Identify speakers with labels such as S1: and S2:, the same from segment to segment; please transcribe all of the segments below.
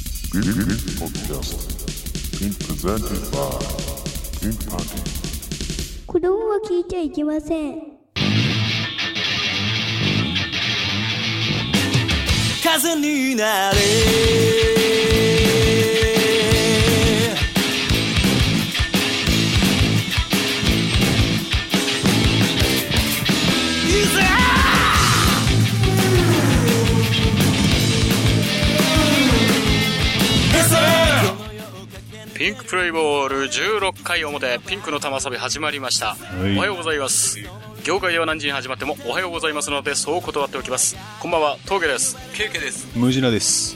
S1: This podcast is presented by Pink Party.
S2: 子供は聞いちゃいけません。
S3: 風になれいざ
S4: ピンクプレイボール16回表ピンクの玉遊び始まりました、
S5: い
S4: おはようございます業界では何時に始まってもおはようございますのでそう断っておきますこんばんは峠です
S5: ムジナです。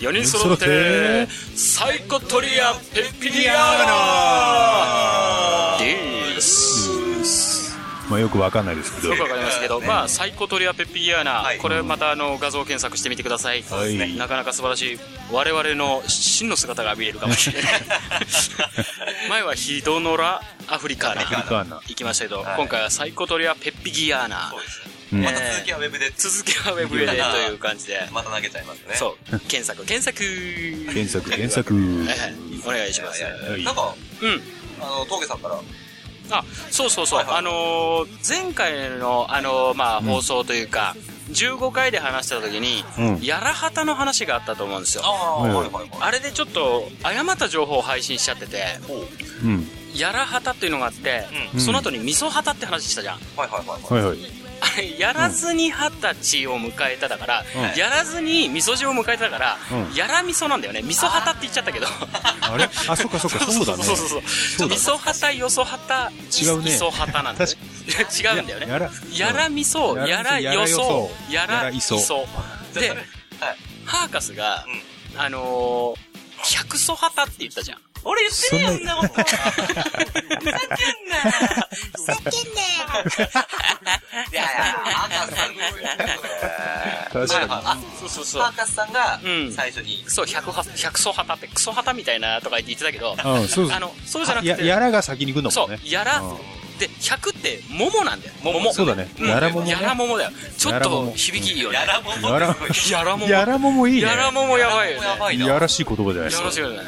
S4: 4人揃ってサイコトリアペピリアーナです
S5: まあよくわかんないですけど
S4: よく。わかりますけど、まあ、サイコトリアペピリアーナ、これまたあの画像検索してみてください、
S5: はい
S4: なかなか素晴らしい我々の真の姿が見えるかもしれ ない前はヒドノラアフリカーナ
S5: リカーナ
S4: 行きましたけど、今回はサイコトリアペピギアーナ、
S5: うん
S6: また続きはウェブで
S4: 続きはウェブでという感じで、
S6: また投げちゃいますね。
S4: そう検索検索
S5: 検索、検索。
S4: はいお願いします
S6: いやいやいや
S5: はい
S6: なんか、
S4: うん
S6: あの、峠さんから、
S4: あそうそうそう、
S6: はいはい
S4: あのー前回の、あのーまあ、放送というか、15回で話した時に、
S5: うん
S4: やらはたの話があったと思うんですよ
S6: ああ、
S5: は
S6: はいい
S5: は
S6: はいいはい。
S4: あれでちょっと誤った情報を配信しちゃってて
S5: うん。
S4: やらはたっていうのがあって、
S5: うん
S4: その後にみそはたって話したじゃん
S6: はいはいはいはい。
S5: はいはい。
S4: あれやらずに二十歳を迎えただから、
S5: うん
S4: やらずにみそ汁を迎えただから、
S5: うん
S4: やらみそなんだよねみそはたって言っちゃったけど
S5: あれあ、そっかそっか、そうだね。
S4: そうそうそうそう。味噌旗、よそ旗、
S5: 違うね
S4: 味噌旗なんだよね。違うんだよね。
S5: やら
S4: やら味噌、や
S5: や
S4: ら
S5: ら
S4: よそ、や
S5: や
S4: ら
S5: ら
S4: い
S5: い
S4: そ
S5: そ。
S4: で、ハーカスが、あのー、百そ旗って言ったじゃん。 俺言って
S5: るよそん
S4: なこと。ふざけんなふざけん
S6: いやいや、赤さんの声ね
S5: 確
S6: はいはい
S5: か
S6: あ
S4: そうそうそう
S6: パ。ーカスさんが
S4: うん
S6: 最初に、
S4: そう、百は、百そ旗ってクソ旗みたいなとか言って言ってたけど、
S5: に。うん、そうそう。
S4: あの、そうじゃなく
S5: や、
S4: て、
S5: やらが先に行くんだ
S4: そ
S5: もんね。
S4: う、やら
S5: うん、
S4: で、100って、桃なんだよ。桃。
S5: そうだね
S4: ん
S5: やら桃ね
S4: やら桃だよ。ちょっ
S5: やら
S4: と
S5: 桃
S4: 響きいいよね。
S6: らもん
S5: やら、
S4: やら桃。
S5: やらももいいね。
S4: やら桃やばいよね。
S6: やばいな。
S5: いやらしい言葉じゃないで
S4: や
S5: す
S4: らしい
S5: か。
S4: よね。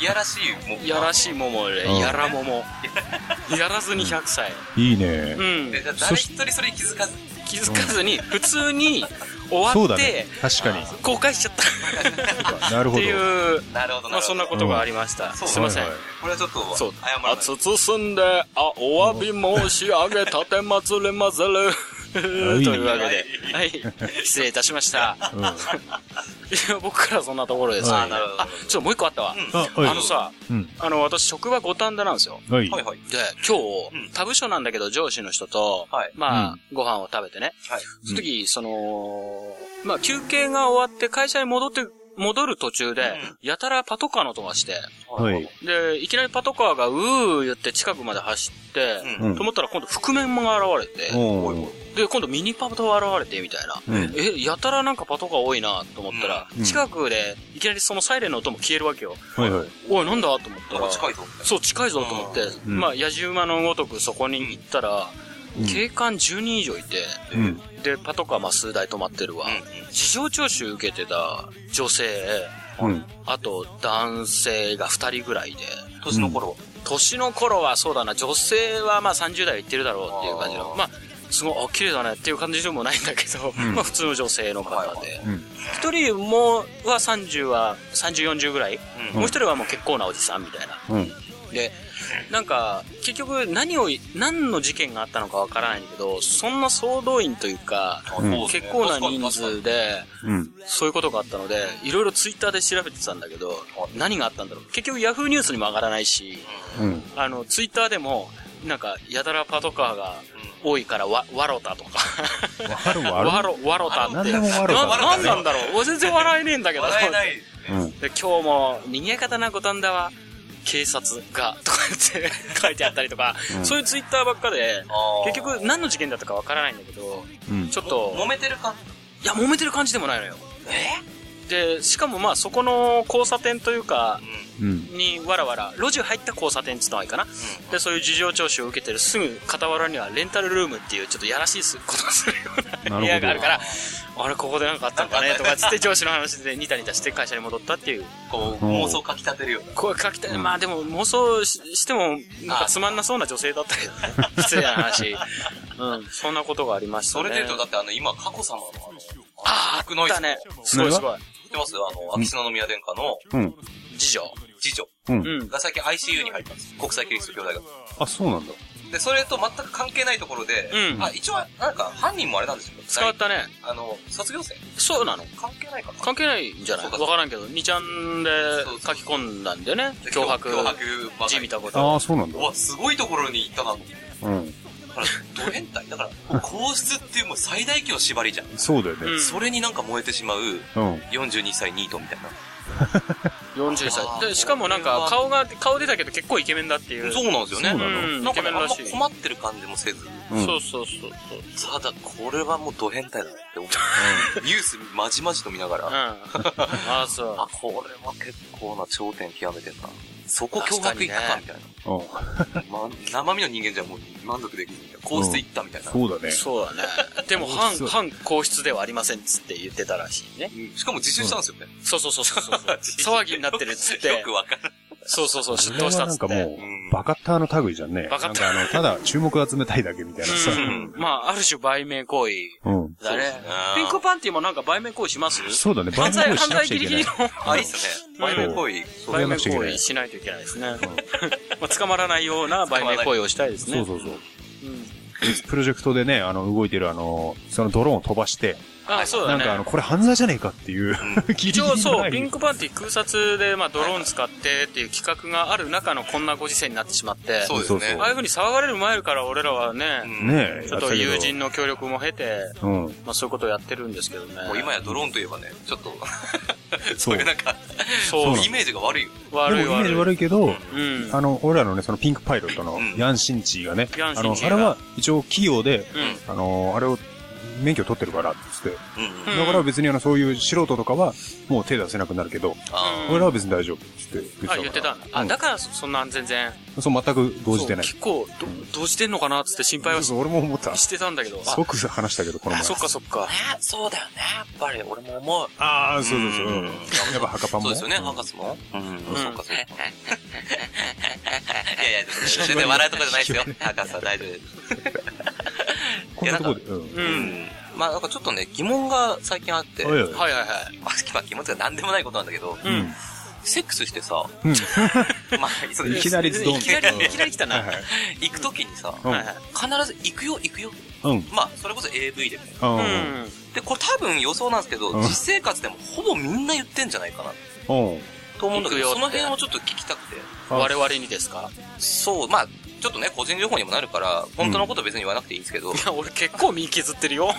S6: いやらしいもん。
S4: やらしい桃で、
S5: うん
S4: やら桃。やらずに100歳。
S5: いいね
S4: う。ん
S6: で。じゃあ誰一人それ気づかず。
S4: 気づかずに、普通に終
S5: そう
S4: わ
S5: だ
S4: っ
S5: ね
S4: て、。
S5: 確かに。
S4: 公開しちゃった。
S5: なる
S4: っ
S5: ほ
S4: て
S5: ど。
S4: いう、
S6: なるほど
S4: ま
S6: な
S4: あ
S6: るほ
S4: そん
S6: ど。
S4: なことがありました。
S6: そう
S4: すいません
S5: はい。はい
S6: これはちょっと、謝
S4: そう。
S6: らない
S4: あつつすんで、あ、お詫び申し上げたてまつれまぜる。と
S5: い
S4: いうわけで、はい。失礼いたしました。
S5: うん
S4: いや、 僕からはそんなところですね。
S5: はい
S4: あ、ちょっともう一個あったわ。
S5: あ、はい。
S4: あのさ、
S5: うん。
S4: あの、私、職場五反田なんですよ。
S5: はい。
S6: はいはい。
S4: で、今日、他部署なんだけど、上司の人と、
S6: はい
S4: まあ、
S5: うん
S4: ご飯を食べてね。
S6: はい。
S4: その時、その、まあ、休憩が終わって会社に戻って、戻る途中で、やたらパトカーの音がして、
S5: はい。
S4: で、いきなりパトカーがうー言って近くまで走って、
S5: うん
S4: と思ったら今度覆面が現れて、
S5: おー
S4: で、今度ミニパトが現れてみたいな。
S5: うん
S4: え、やたらなんかパトカー多いなと思ったら、
S5: うん
S4: 近くでいきなりそのサイレンの音も消えるわけよ。
S5: はいはい。
S4: おい、なんだと思った。
S6: なんから近いぞ。
S4: そう、近いぞと思って、
S5: うん
S4: まあ、野じ馬のごとくそこに行ったら、警官10人以上いて、
S5: うん。
S4: で、パトカーまあ数台止まってるわ。事情聴取受けてた女性、
S5: うん。
S4: あと男性が2人ぐらいで、
S6: 年の頃。
S4: 年の頃はそうだな、女性はまあ30代はいってるだろうっていう感じの、
S6: あー
S4: まあ、すごい、あ、綺麗だねっていう感じでもないんだけど、
S5: ん
S4: まあ普通の女性の方で
S5: いうん。
S4: 一、人もは30は、30、40ぐらい、
S6: うん
S4: もう一人はもう結構なおじさんみたいな。
S5: うん。
S4: で、なんか、結局何を、何の事件があったのかわからないんだけど、そんな総動員というか、
S6: あそうですね
S4: 結構な人数で、
S5: うん。
S4: そういうことがあったので、いろいろツイッターで調べてたんだけど、何があったんだろう。結局ヤフーニュースにも上がらないし、
S5: うん。
S4: あの、ツイッターでも、なんか、やたらパトカーが多いから、わ、わろたとか。
S5: わるわる。
S4: わろ、わろたって。
S5: 何でもわろ
S4: な
S5: た
S4: なんなんだろう。俺全然笑えねえんだけど。
S6: 笑えない。
S5: うん。
S4: で今日も、賑やかだな、五反田は、警察が、とか言って 書いてあったりとか、
S5: うん
S4: そういうツイッターばっかで、
S6: あー
S4: 結、局何の事件だったかわからないんだけど、
S5: うん。
S4: ちょっ
S6: 揉
S4: と、
S6: めてる感
S4: いや、揉めてる感じでもないのよ。で、しかもまあ、そこの交差点というか、
S6: うん
S5: うん。
S4: にわらわら路地入った交差点っつった方がいいかな、でそういう事情聴取を受けてるすぐ傍らにはレンタルルームっていうちょっとやらしいことをするよう
S5: なるほど
S4: な部屋があるからあれここでなんかあったのかねとかっつって上司の話でニタニタして会社に戻ったっていう
S7: こう、妄想かきたてるような。
S4: こう書きたい、まあでも妄想ししてもなんかつまんなそうな女性だったけどね失礼な話、うん、そんなことがありました
S7: そ
S4: ね
S7: れで言うと、だってあの、今、佳子様のあの、
S4: ああ
S7: 僕の
S4: あったねすごいすごい
S7: 知ってますあの、秋篠宮殿下の
S5: うん。
S4: 次女
S7: 次女
S5: うん。
S4: うん
S7: が最近 ICU に入ったんです。国際キリスト教大学。
S5: あ、そうなんだ。
S7: で、それと全く関係ないところで、
S4: うん
S7: あ、一応、なんか、犯人もあれなんですよ。
S4: 使ったね
S7: あの、卒業生
S4: そうなの
S7: 関係ないかな
S4: 関係ないんじゃない
S7: そう
S4: わ
S7: か
S4: からんけど、2ちゃんで書き込んだんだよね。脅迫。
S7: 脅迫ばかり
S4: 字見たこと。
S5: ああ、そうなんだ
S7: う。わ、すごいところに行ったなと思って。
S5: うん。
S7: だから、ド変態 だから、皇室っていうもう最大級の縛りじゃん。
S5: そうだよね。
S4: うん
S7: それになんか燃えてしまう、
S5: うん。
S7: 42歳ニートみたいな。
S4: 40
S7: あー
S4: 歳。で、しかもなんか、顔が、顔出たけど結構イケメンだっていう。
S7: そうなんですよね。
S5: そうな
S4: の
S7: なんかね、あんま
S4: イケメンらしい
S7: 困ってる感じもせず。
S5: うん
S4: そうそうそうそう。
S7: ただ、これはもうド変態だなって思う。ニュースまじまじと見ながら、
S4: うん。ああ、そう。
S7: あ、これは結構な頂点極めてんな。そこ
S4: 確
S7: 驚
S4: かに
S7: 愕い
S4: ね
S7: ったかみたい
S5: あ
S7: な。ま、生身の人間じゃもう満足できない。皇室いったみたいな。
S5: そうだね。
S4: そうだね。 でも、
S5: そう
S4: 反、反皇室ではありませんっつって言ってたらしいね。
S7: うんしかも自首したんですよね。
S4: そうそうそうそうそう。騒ぎになってるっつっ
S7: よ
S4: て
S7: く。わかる。
S4: そうそうそう、出
S5: これ
S4: 頭した
S5: は
S4: っ
S5: な
S4: つ
S5: ん
S4: って
S5: か。も
S7: うん
S5: う、バカッターの類じゃんね。
S4: バカッタ
S5: なんかあの、ただ注目集めたいだけみたいなさ。
S4: うん。まあ、ある種売名行為
S5: うん。
S4: だね。
S7: あー
S4: ピンクパンティもなんか売名行為します
S5: そうだね。
S4: 犯
S5: 番
S4: 罪、
S5: 組
S4: 犯
S5: しなく
S4: 罪
S5: ち
S4: ギ
S5: ゃい
S4: リ
S5: け
S4: ギ
S5: な
S4: リ
S5: い
S4: の。
S7: あ、いいっすね。
S4: うん
S7: 前の行為。
S5: そう
S4: 売
S5: やんな
S4: 名
S5: くちゃい
S4: 行
S5: けない
S4: 為しないといけないですね。 まあ捕まらないような売名行為をしたいですね。
S5: そうそうそう。
S4: うん
S5: プロジェクトでね、あの、動いてるあの、そのドローンを飛ばして、
S4: あ、そうだ
S5: なんかあ
S4: ね
S5: の、。これ犯罪じゃねえかっていう、 ギリギ
S4: 一
S5: リの
S4: 応そ
S5: ライ
S4: う、
S5: ン
S4: ピンクパンティ空撮で、まあ、ドローン使ってっていう企画がある中のこんなご時世になってしまって、
S7: そうですね。
S5: そうそう
S4: ああいう風に騒がれる前から俺らはね、
S7: うん
S5: ねえ、
S4: ちょっと友人の協力も経て、
S5: やってたけど。うん。
S4: まあ、そういうことをやってるんですけどね。
S7: もう今やドローンといえばね、ちょっと、
S5: そ
S7: そうういうなんか、
S4: そう、
S7: イメージが悪いよ。
S5: でも
S4: 悪い
S5: イメー
S4: 悪
S5: ジ
S4: い。
S5: 悪いけど、
S4: うん。
S5: あの、俺らのね、そのピンクパイロットの
S7: うん
S5: ヤンシンチーがね、
S4: ヤンシ
S5: あ
S4: ン
S5: の、
S4: チー
S5: あ
S4: が
S5: れは一応企業で、
S4: うん
S5: あの、あれを、免許取ってるからって言って。
S7: うんうん。
S4: うん
S5: だから別にあの、そういう素人とかは、もう手出せなくなるけど、
S7: あ
S5: 俺らは別に大丈夫って言ってたか
S4: あ、
S5: ら。
S4: 言ってたんだ。あ、だからそそんなん全然。
S5: うんそう、全く動じてない。
S4: そう結構、ど、どうしてんのかなっつって心配はし
S5: そう、俺も思った。
S4: してたんだけど。あ
S5: 即話したけど、この前。
S4: そっかそっか。
S7: あ、そうだよね。やっぱり俺も思う。
S5: ああ、そうそうそう。
S7: うん
S5: やっぱ墓パンも。
S7: そうですよね、
S5: ん
S7: 博士も。うん、そうかそうか。いやいや、
S5: 全
S7: 全
S5: 然笑
S7: 然
S5: う
S7: 笑う
S5: と
S7: と
S5: こ
S7: こ
S5: じ
S7: じ
S5: ゃ
S7: ゃ
S5: な
S7: ないい
S5: でよ
S7: ですすよ。博士は大丈夫です。
S5: こんなとこで。うん。
S4: う。
S7: うんん。まあなんかちょっとね、疑問が最近あって、
S5: おいおい。
S4: はいはいはい。
S7: まあまあ疑問っていうか何でもないことなんだけど、
S4: うん
S5: うん
S7: セックスして さ、
S5: うん。
S7: まあ、そう
S5: いきなりズドン
S7: いきなり、いきなり来た
S5: は
S7: な。
S5: いはい
S7: 行くときにさ、
S5: うん
S4: はいはい
S7: 必ず行くよ、行くよ。
S5: うん。
S7: まあ、それこそ AV でね。
S5: うん。
S4: う
S7: で、これ多分予想なんですけど、
S5: うん
S7: 実生活でもほぼみんな言ってんじゃないかな
S5: うん。
S7: と思うんだけど、
S4: 行くよ
S7: その
S4: って
S7: 辺をちょっと聞きたくて。
S5: あ
S4: ん。我々にですか
S7: そう、まあ、ちょっとね、個人情報にもなるから、本当のこと別に言わなくていいんですけど、
S4: い や、俺結構身削ってるよ。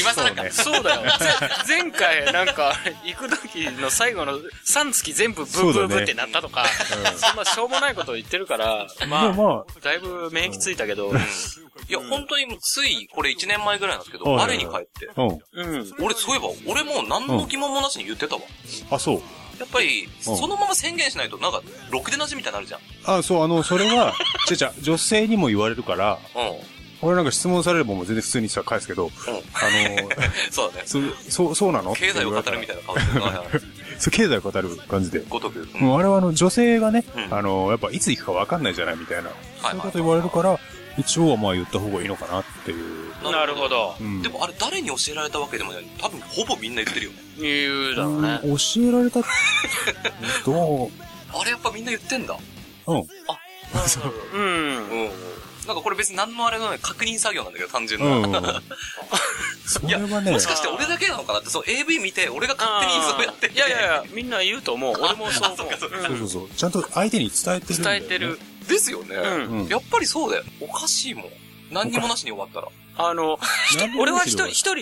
S7: 今更か。
S4: そうだよ。ぜ前回なんか、行く時の最後の3月全部ブーブーブーってなったとか、
S5: そうだねうん
S4: そんなしょうもないこと言ってるから、まあ、
S5: でも
S4: だいぶ免疫ついたけど、
S7: いや、本当につい、これ1年前ぐらいなんですけど、
S5: はい
S7: 我に返って。
S5: まあ、うん。
S4: うん。
S7: 俺、そういえば、俺もう何の疑問もなしに言ってたわ。
S5: あ、そう。
S7: やっぱり、そのまま宣言しないと、なんか、ろくでなしみたいになるじゃん。
S5: あ、そう、あの、それは、ちゃちゃ、女性にも言われるから、
S7: うん。
S5: 俺なんか質問されればもう全然普通にさ、返すけど、あの、
S7: そうだね。
S5: そ、そう、そうなの
S7: 経済を語るみたいな顔してるな。
S5: そう、経済を語る感じで。
S7: ごとく。うん
S5: もうあれはあの、女性がね、
S7: うん
S5: あの、やっぱいつ行くかわかんないじゃないみたいな、そ
S7: はい
S5: ういうこと言われるから、一応はまあ言った方がいいのかなっていう。
S4: なるほ。ど。
S5: うん。
S7: でもあれ誰に教えられたわけでもない。多分ほぼみんな言ってるよね。
S4: 言うだろうね。
S5: うん教えられた、どう、
S7: あれやっぱみんな言ってんだ。
S5: うん。
S7: そう。
S4: うん。
S7: うん。なんかこれ別に何のあれのない確認作業なんだけど、単純な。
S5: うんうんうん。それはね
S7: もし、かして俺だけなのかなって、そう AV 見て、俺が勝手に
S4: あ
S7: そうやって
S4: ーいやいやいや、みんな言うと思う。俺もそう思う。
S5: そう
S4: う
S5: そ
S4: ん
S5: うそう。ちゃんと相手に伝えてるんだ
S4: 伝
S5: よ
S4: え
S5: ね。
S4: てる。
S7: ですよね、
S4: うん
S5: うん。
S7: やっぱりそうだよ。おかしいもん。何にもなしに終 わったら。
S4: あの、ひと
S5: なんでもいい
S4: 俺
S5: けど
S4: は一人、一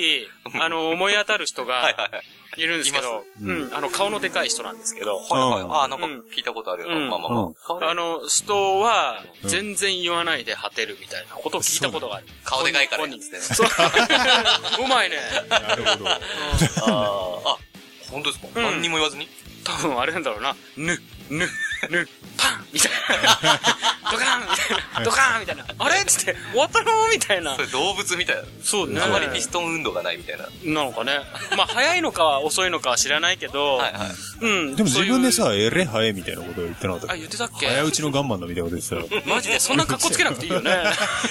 S4: 人、あの、思い当たる人
S7: はい
S4: が
S7: はいはい。
S4: いるんですけど、
S5: います
S4: うん、あの、顔のでかい人なんですけど、
S7: はいはい。
S5: うん
S7: ああ、なんか
S4: うん
S7: 聞いたことあるよ。
S4: うん
S7: まあまあまあ。
S5: うん
S4: あの、人は
S5: うん
S4: 全然言わないで果てるみたいなことを聞いたことがある。
S7: 顔でかいから
S4: 本人
S7: ですね。
S4: そう。うまいね。
S5: なるほど。
S7: ああ。本当ですか、
S4: うん
S7: 何にも言わずに
S4: 多分あれなんだろうな、ぬ、ぬ、ぬ、パンみたいな。ドカーンみたいな。ドカーンみたいな。あれっつって、終わったのみたいな
S7: そ。れ動物みたい
S4: そうね。
S7: な。あんまりピストン運動がないみたいな。
S4: なのかね。まあ、早いのか遅いのかは知らないけど、
S7: はいはい。
S4: うん。
S5: でも自分で
S4: そういう、
S5: さ、えれ早いみたいなこと言ってなかったっけ
S4: あ、言ってたっけ
S5: 早打ちのガンマンだみたいなこと言って たよ
S4: マジでそんな格好つけなくていいよね。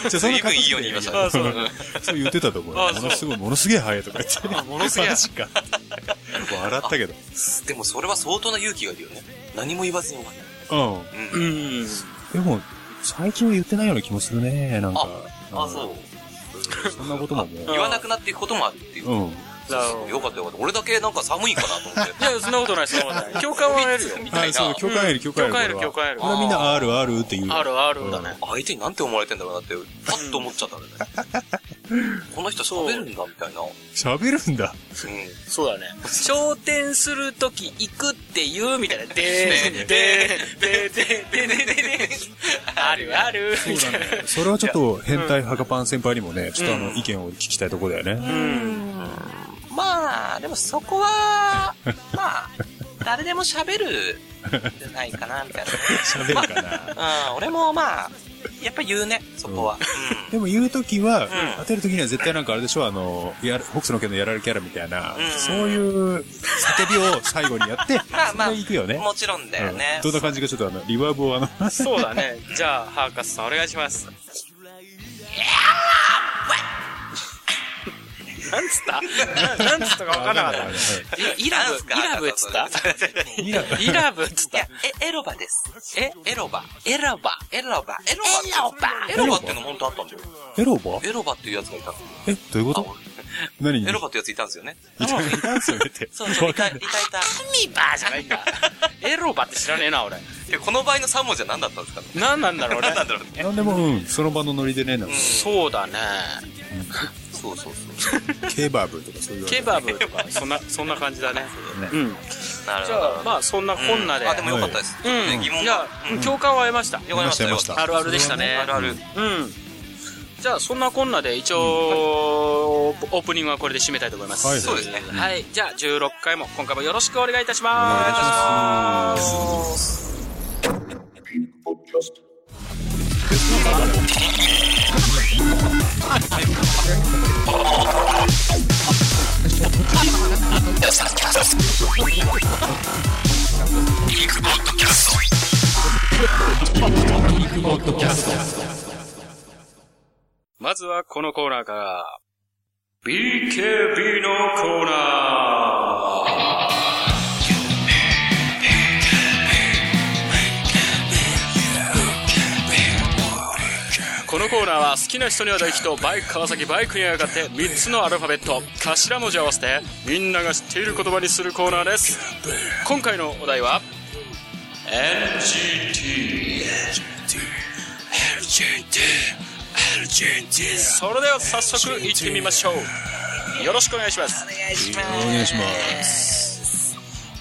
S5: じゃあ
S7: 随分いいように言いましたね
S4: あそう
S5: そう言ってたと思うよ
S4: あ。そ
S5: も
S4: う
S5: のすごい、ものすげえ早いとか言って。
S4: あものすげえ
S5: マジか。笑ったけど。
S7: でもそれは相当な勇気がいるよね。何も言わずに終わる。
S5: うん。
S7: う。
S4: うんん。
S5: でも、最近は言ってないような気もするね、なんか。
S7: あ、そう。
S5: うん。そんなことももう。
S7: 言わなくなっていくこともあるっていう。
S5: うん。
S4: だろう
S7: よかったよかった。俺だけなんか寒いんかなと思っ
S4: い
S7: て。
S4: や、そんなことない、そんなことない。共感は得られるよ。
S7: みた
S5: はいい、そう
S7: な
S5: だ、。教会る、教会
S4: 教会
S5: る。
S4: 得る教会得る
S5: これはみんな、あるあるって言う。
S4: あるあるだね。
S7: 相手になんて思われてんだろうなって、パッと思っちゃったんだね。 この人喋るんだみたいな。うん。
S5: 喋るんだ。
S4: そうだね。昇天するとき行くって言うみたいな。でーん、でーん、でーん、でーん、でーん、でーん、でーん、あるある、みたいな。
S5: それはちょっと、変態ハカパン先輩にもね、ちょっとあの、意見を聞きたいとこだよね。
S4: うん。
S7: まあ、でもそこは、まあ、誰でも喋るんじゃないかな、みたい
S5: 喋るかな。
S7: な。うん、俺もまあ、やっぱ言うね、そこは。
S5: でも言うときは、当てるときには絶対なんかあれでしょ、あの、やる北斗の拳のやられるキャラみたいな、
S7: うん
S5: そういう叫びを最後にやって、
S7: まあまあ
S5: それで行くよね。
S7: もちろんだよね
S5: うん。どんな感じかちょっとあの、リバーブをあの、
S4: そうだね。じゃあ、ハーカスさんお願いします。なんつったななんつったかわからなかっ
S5: は
S4: た。イイラブ
S7: なんす、か
S4: イラブっつった
S5: いイラ
S4: イラブっつっ
S7: いや
S4: た。、
S7: え、エロバです。え、エロバ。エロバ。エロバ。エロバ。エロバ。エロバっていうの本当あったんだよ。
S5: エロバ
S7: エロバっていうやつがいたの
S5: え、どういうこ
S7: あ
S5: と何
S7: エロバってやついたんですよね。
S5: いたいたんすよねって。
S7: そうそう、
S5: わ
S7: いた、
S5: か
S7: い
S5: ん
S7: た、
S5: ない
S7: いた。
S4: ミバーじゃないんだ。エロバって知らねえな、俺。
S7: え、この場合の3文字は何だったんですか
S4: なんなんだろうね
S7: 何。なんだろうね。
S5: なんでも、うん、その場のノリでね、なんか
S4: そうだね。
S7: そうそうそう。
S5: ケバブとかそういう。
S4: ケバブとか、そんな、そんな感じだね。
S5: ブ
S4: う
S5: ね。
S4: ん。
S7: なる
S4: じ
S7: ほ
S4: ゃ
S7: ど
S4: あ、。まあ、そんなこんなで。
S7: あ、でもよかったです。
S4: うん。
S7: 疑問
S4: いや
S7: が。、
S4: 共感は得ました。
S7: よかりましたよ。
S4: あるあるでしたね。
S7: あるある。
S4: うん。じゃあ、そんなこんなで、一応、オープニングはこれで締めたいと思います。
S5: はい
S7: そうですね
S4: はい。じゃあ、16回も、今回もよろしくお願いいたし
S5: お願いし
S4: ま。
S5: ます
S1: Podcast.
S4: まずは、このコーナーから、BKB のコーナーこのコーナーは好きな人には大ヒットバイク川崎バイクに上がって3つのアルファベット頭文字を合わせてみんなが知っている言葉にするコーナーです今回のお題は NGT LGT それでは早速行ってみましょうよろしくお願いします
S5: お願いします。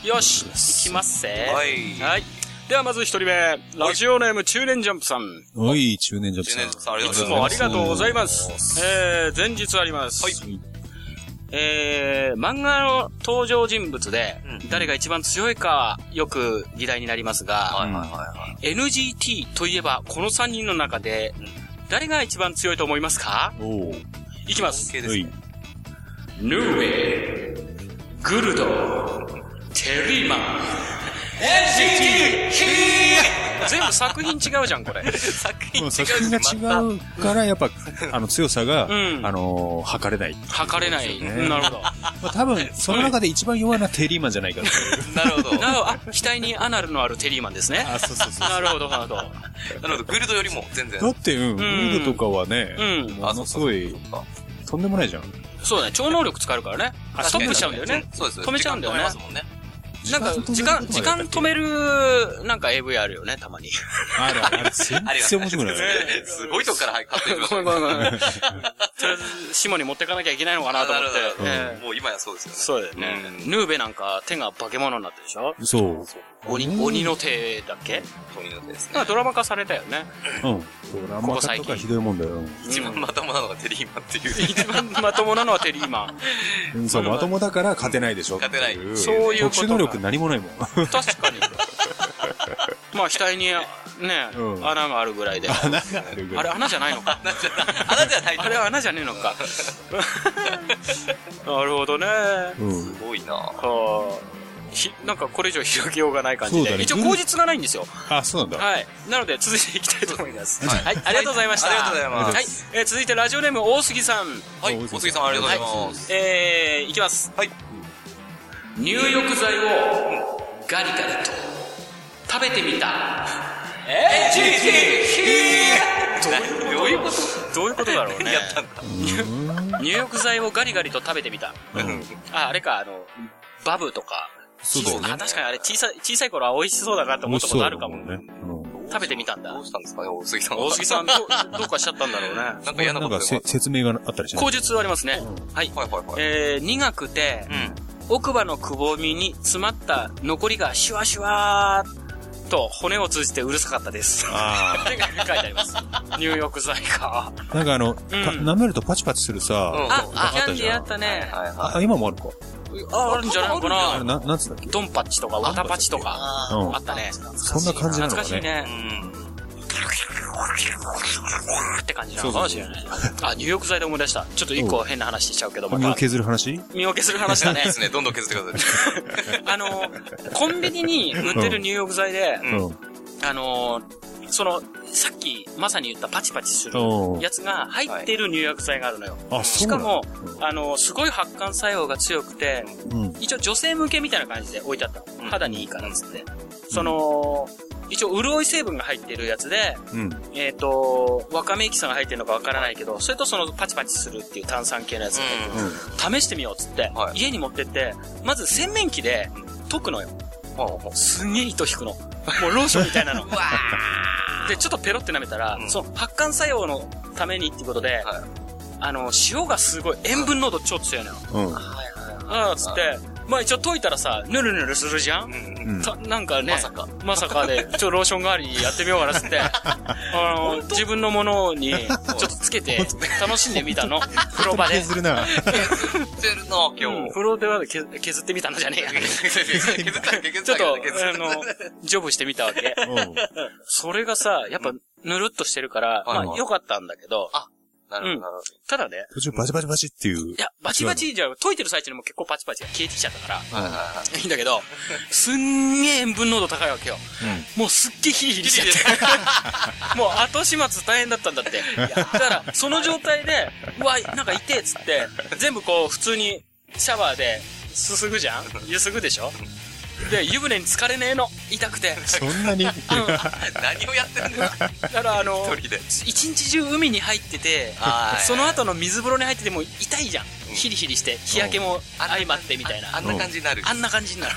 S4: よし行きますぜ
S7: はい
S4: はいではまず1人目ラジオネーム中年ジャンプさん
S5: おい、中年女子さん。
S7: 中年女子さんあり
S4: い
S7: がと
S4: つもありがとうございま。
S5: ありがとうございます
S4: えー、前日あります。
S5: はい
S4: えー、漫画の登場人物で
S7: う、ん
S4: 誰が一番強いか、よく議題になります
S7: はい
S4: が、
S7: はいは
S4: NGT といえば、この3人の中で、誰が一番強いと思いますか
S5: おお。
S4: いきます。
S7: い。
S5: おい。
S4: ヌーエグルド、テリーマン、NGT! 全部作品違うじゃん、これ。
S7: 作
S5: も
S7: 品
S5: う作品が
S7: う。
S5: 違うから、やっぱ、あの、強さが、
S4: うん
S5: あのー測れない。
S4: 測れない。
S5: そうですよね
S4: なるほど。
S5: まあ、多分、その中で一番弱いのはテリーマンじゃないかと。
S7: なるほど。な
S4: なお、あ、額にアナルのあるテリーマンですね。
S5: あ、そうそうそう。
S4: なるほど、なるほど。
S7: るほど。グルドよりも全然
S5: だ。って、うん、ウードとかはね、
S4: うん
S5: ものすごい、とんでもないじゃん。
S4: そうだね、超能力使えるからね。ストップしちゃうんだよね。
S7: そうです。止めますもんね。
S4: なんか、時間、時間止め
S5: る。
S4: る、なんか AV あるよね、たま に。
S5: あるあるある。全
S7: ありがと
S5: 然面白くない。
S7: すごいとこから入ってくる。
S4: ごめんごめんごめん。とりあえず、下に持ってかなきゃいけないのかなと思って。ええ
S7: もう今やそうですよね。
S4: そうだよね。ヌーベなんか手が化け物になってるでしょ
S5: そう。
S4: 鬼、鬼の手だっけ
S7: 本人のです
S4: なん
S7: ね
S4: か。ドラマ化されたよね。
S5: うん。ドラマ
S4: こ
S5: 化
S4: 最
S5: と
S4: 近
S5: かひどいもんだよ。
S7: 一番まともなのがテリーマンっていう。
S4: 一番まともなのはテリーマン。
S5: うんそう、まともだから勝てないでしょ。
S7: 勝てない
S5: ってう
S4: そういうこと
S5: 特殊能力って何もないもん。
S4: 確かに。まあ、額にね、
S5: うん
S4: 穴があるぐらいで。あ
S5: 穴があるぐらい。
S4: れ、穴じゃないのか。
S6: 穴じゃない穴じゃない
S4: あれ、穴じゃねえのか。なるほどね。
S5: うん。
S6: すごいな
S4: はあひなんかこれ以上広げようがない感じ
S5: そう
S4: で。
S5: だね
S4: 一応、口実がないんですよ。
S5: あ、そうなんだ。
S4: はい。なので、続いていきたいと思います。はい。ありがとうございました。。
S6: ありがとうございます
S4: はい。えー続いて、ラジオネーム、大杉さん。
S6: はい大杉さんありがとうございます
S4: えー、いきます。
S6: はい
S4: 入浴剤をガリガリと食べてみたえジリジリどういうことどういうことだろうね
S6: やったんだ
S4: 入浴剤をガリガリと食べてみた
S5: うん
S4: ああれかあのバブとか
S5: そうだよね
S4: あ確かにあれ小さい小さい頃は美味しそうだなと
S5: 美
S4: 思っ
S5: 味
S4: た
S5: し
S4: こ
S5: そう
S4: とあ
S5: だ
S4: るかも
S5: んね。うん。
S4: 食べてみたん
S6: ど
S4: だ
S6: うしたんですかね大杉さんは
S4: 大杉さんどうどうかしちゃったんだろうね
S6: なんか嫌なこと
S5: なんか
S6: でも
S5: せ説明があったりしない
S4: 口述ありますねはい
S6: はいはいはい
S4: えー苦くて、
S6: うん
S4: 奥歯のくぼみに詰まった残りがシュワシュワーと骨を通じてうるさかった です。
S5: あ
S4: って書いてあります。入浴剤か。
S5: あ。なんかあの、た舐めるとパチパチする
S6: うん
S5: さ、
S4: あ、あキャ
S5: あった
S4: ンデ
S5: じ
S4: ィーあ
S5: ゃん
S4: ったね。
S6: はいは
S5: あ、今もあるか。
S4: あ、あるんじゃないの
S5: あ
S4: か
S5: れ、
S4: な。
S5: な、なんつったっけ
S4: ドンパッチとかワタパチとか
S5: うん
S4: あったね。
S5: そんな感じな
S4: 懐
S5: のか
S4: かしい
S5: ね。
S4: ね。って感じなのかもしれない。あ、入浴剤で思い出した。ちょっと一個変な話しちゃうけど、ま
S5: 身を
S4: た。
S5: 削る話
S4: 身を削る話だね
S6: い。ですねどんどん削ってください
S4: あの、コンビニに売ってる入浴剤で、
S5: う
S6: うん
S5: ん。
S4: あのーその、さっきまさに言ったパチパチする
S5: うん
S4: やつが入ってる入浴剤があるのよ。
S5: あ、
S4: し
S5: そうな
S4: か
S5: んだ
S4: も、あのーすごい発汗作用が強くて、
S5: うん。
S4: 一応女性向けみたいな感じで置いてあったの。
S6: うん
S4: 肌にいいからっつって。その、一応潤い成分が入ってるやつで、
S5: うん。
S4: えっ、と、わかめエキスが入ってるのかわからないけど、それとそのパチパチするっていう炭酸系のやつが入ってる、
S5: うん。
S4: 試してみようっつって、
S6: はい
S4: 家に持ってって、まず洗面器で溶くのよ。すげえ糸引くの。もうローションみたいなの。 わーで、ちょっとペロって舐めたら、
S6: うん
S4: その発汗作用のためにっていうことで、
S6: はい
S4: あの、塩がすごい、塩分濃度超強いのよ。
S5: うん。
S4: ああ、つって、まあ一応溶いたらさ、ぬるぬるするじゃん、
S5: うん。
S4: たなんかね、
S6: まさか。
S4: まさかで、ちょっとローション代わりにやってみようかなっ つって、あの、自分のものに、ちょっとつけて、楽しんでみたの。風呂場で。
S5: 削るな。
S6: 削ってるな今
S4: うん
S6: 日
S4: 風呂では削削ってみたのじゃねえ や。
S6: 削ったっけ
S4: ち
S6: 削
S4: ょ
S6: っ
S4: ったと、
S6: っけ削っ
S4: あの、ジョブしてみたわけ。
S5: うん。
S4: それがさ、やっぱ、ぬるっとしてるから、
S6: はいはい
S4: まあ、良かったんだけど、
S6: たなるほどなるほど
S4: ただね、
S5: 途中バチバチバチっていう
S4: い。や、バチバチじゃ、溶いてる最中にも結構パチパチが消えてきちゃったから、
S6: はいはいはい
S4: いいんだけど、すんげえ塩分濃度高いわけよ。もうすっげえヒリヒリしちゃ って。もう後始末大変だったんだって。だから、その状態で、うわ、なんか痛えっつって、全部こう、普通にシャワーですすぐじゃんゆすぐでしょで、湯船に疲れねえの。痛くて。
S5: そんなに
S6: 何をやってるんですか
S4: だから、あの、
S6: 一人で。
S4: 一日中海に入ってて
S6: あ、ー
S4: その後の水風呂に入ってても痛いじゃん。
S6: ん
S4: ヒリヒリして、日焼けも相まってみたいな。
S6: あんな感じになる。
S4: あんな感じにな る。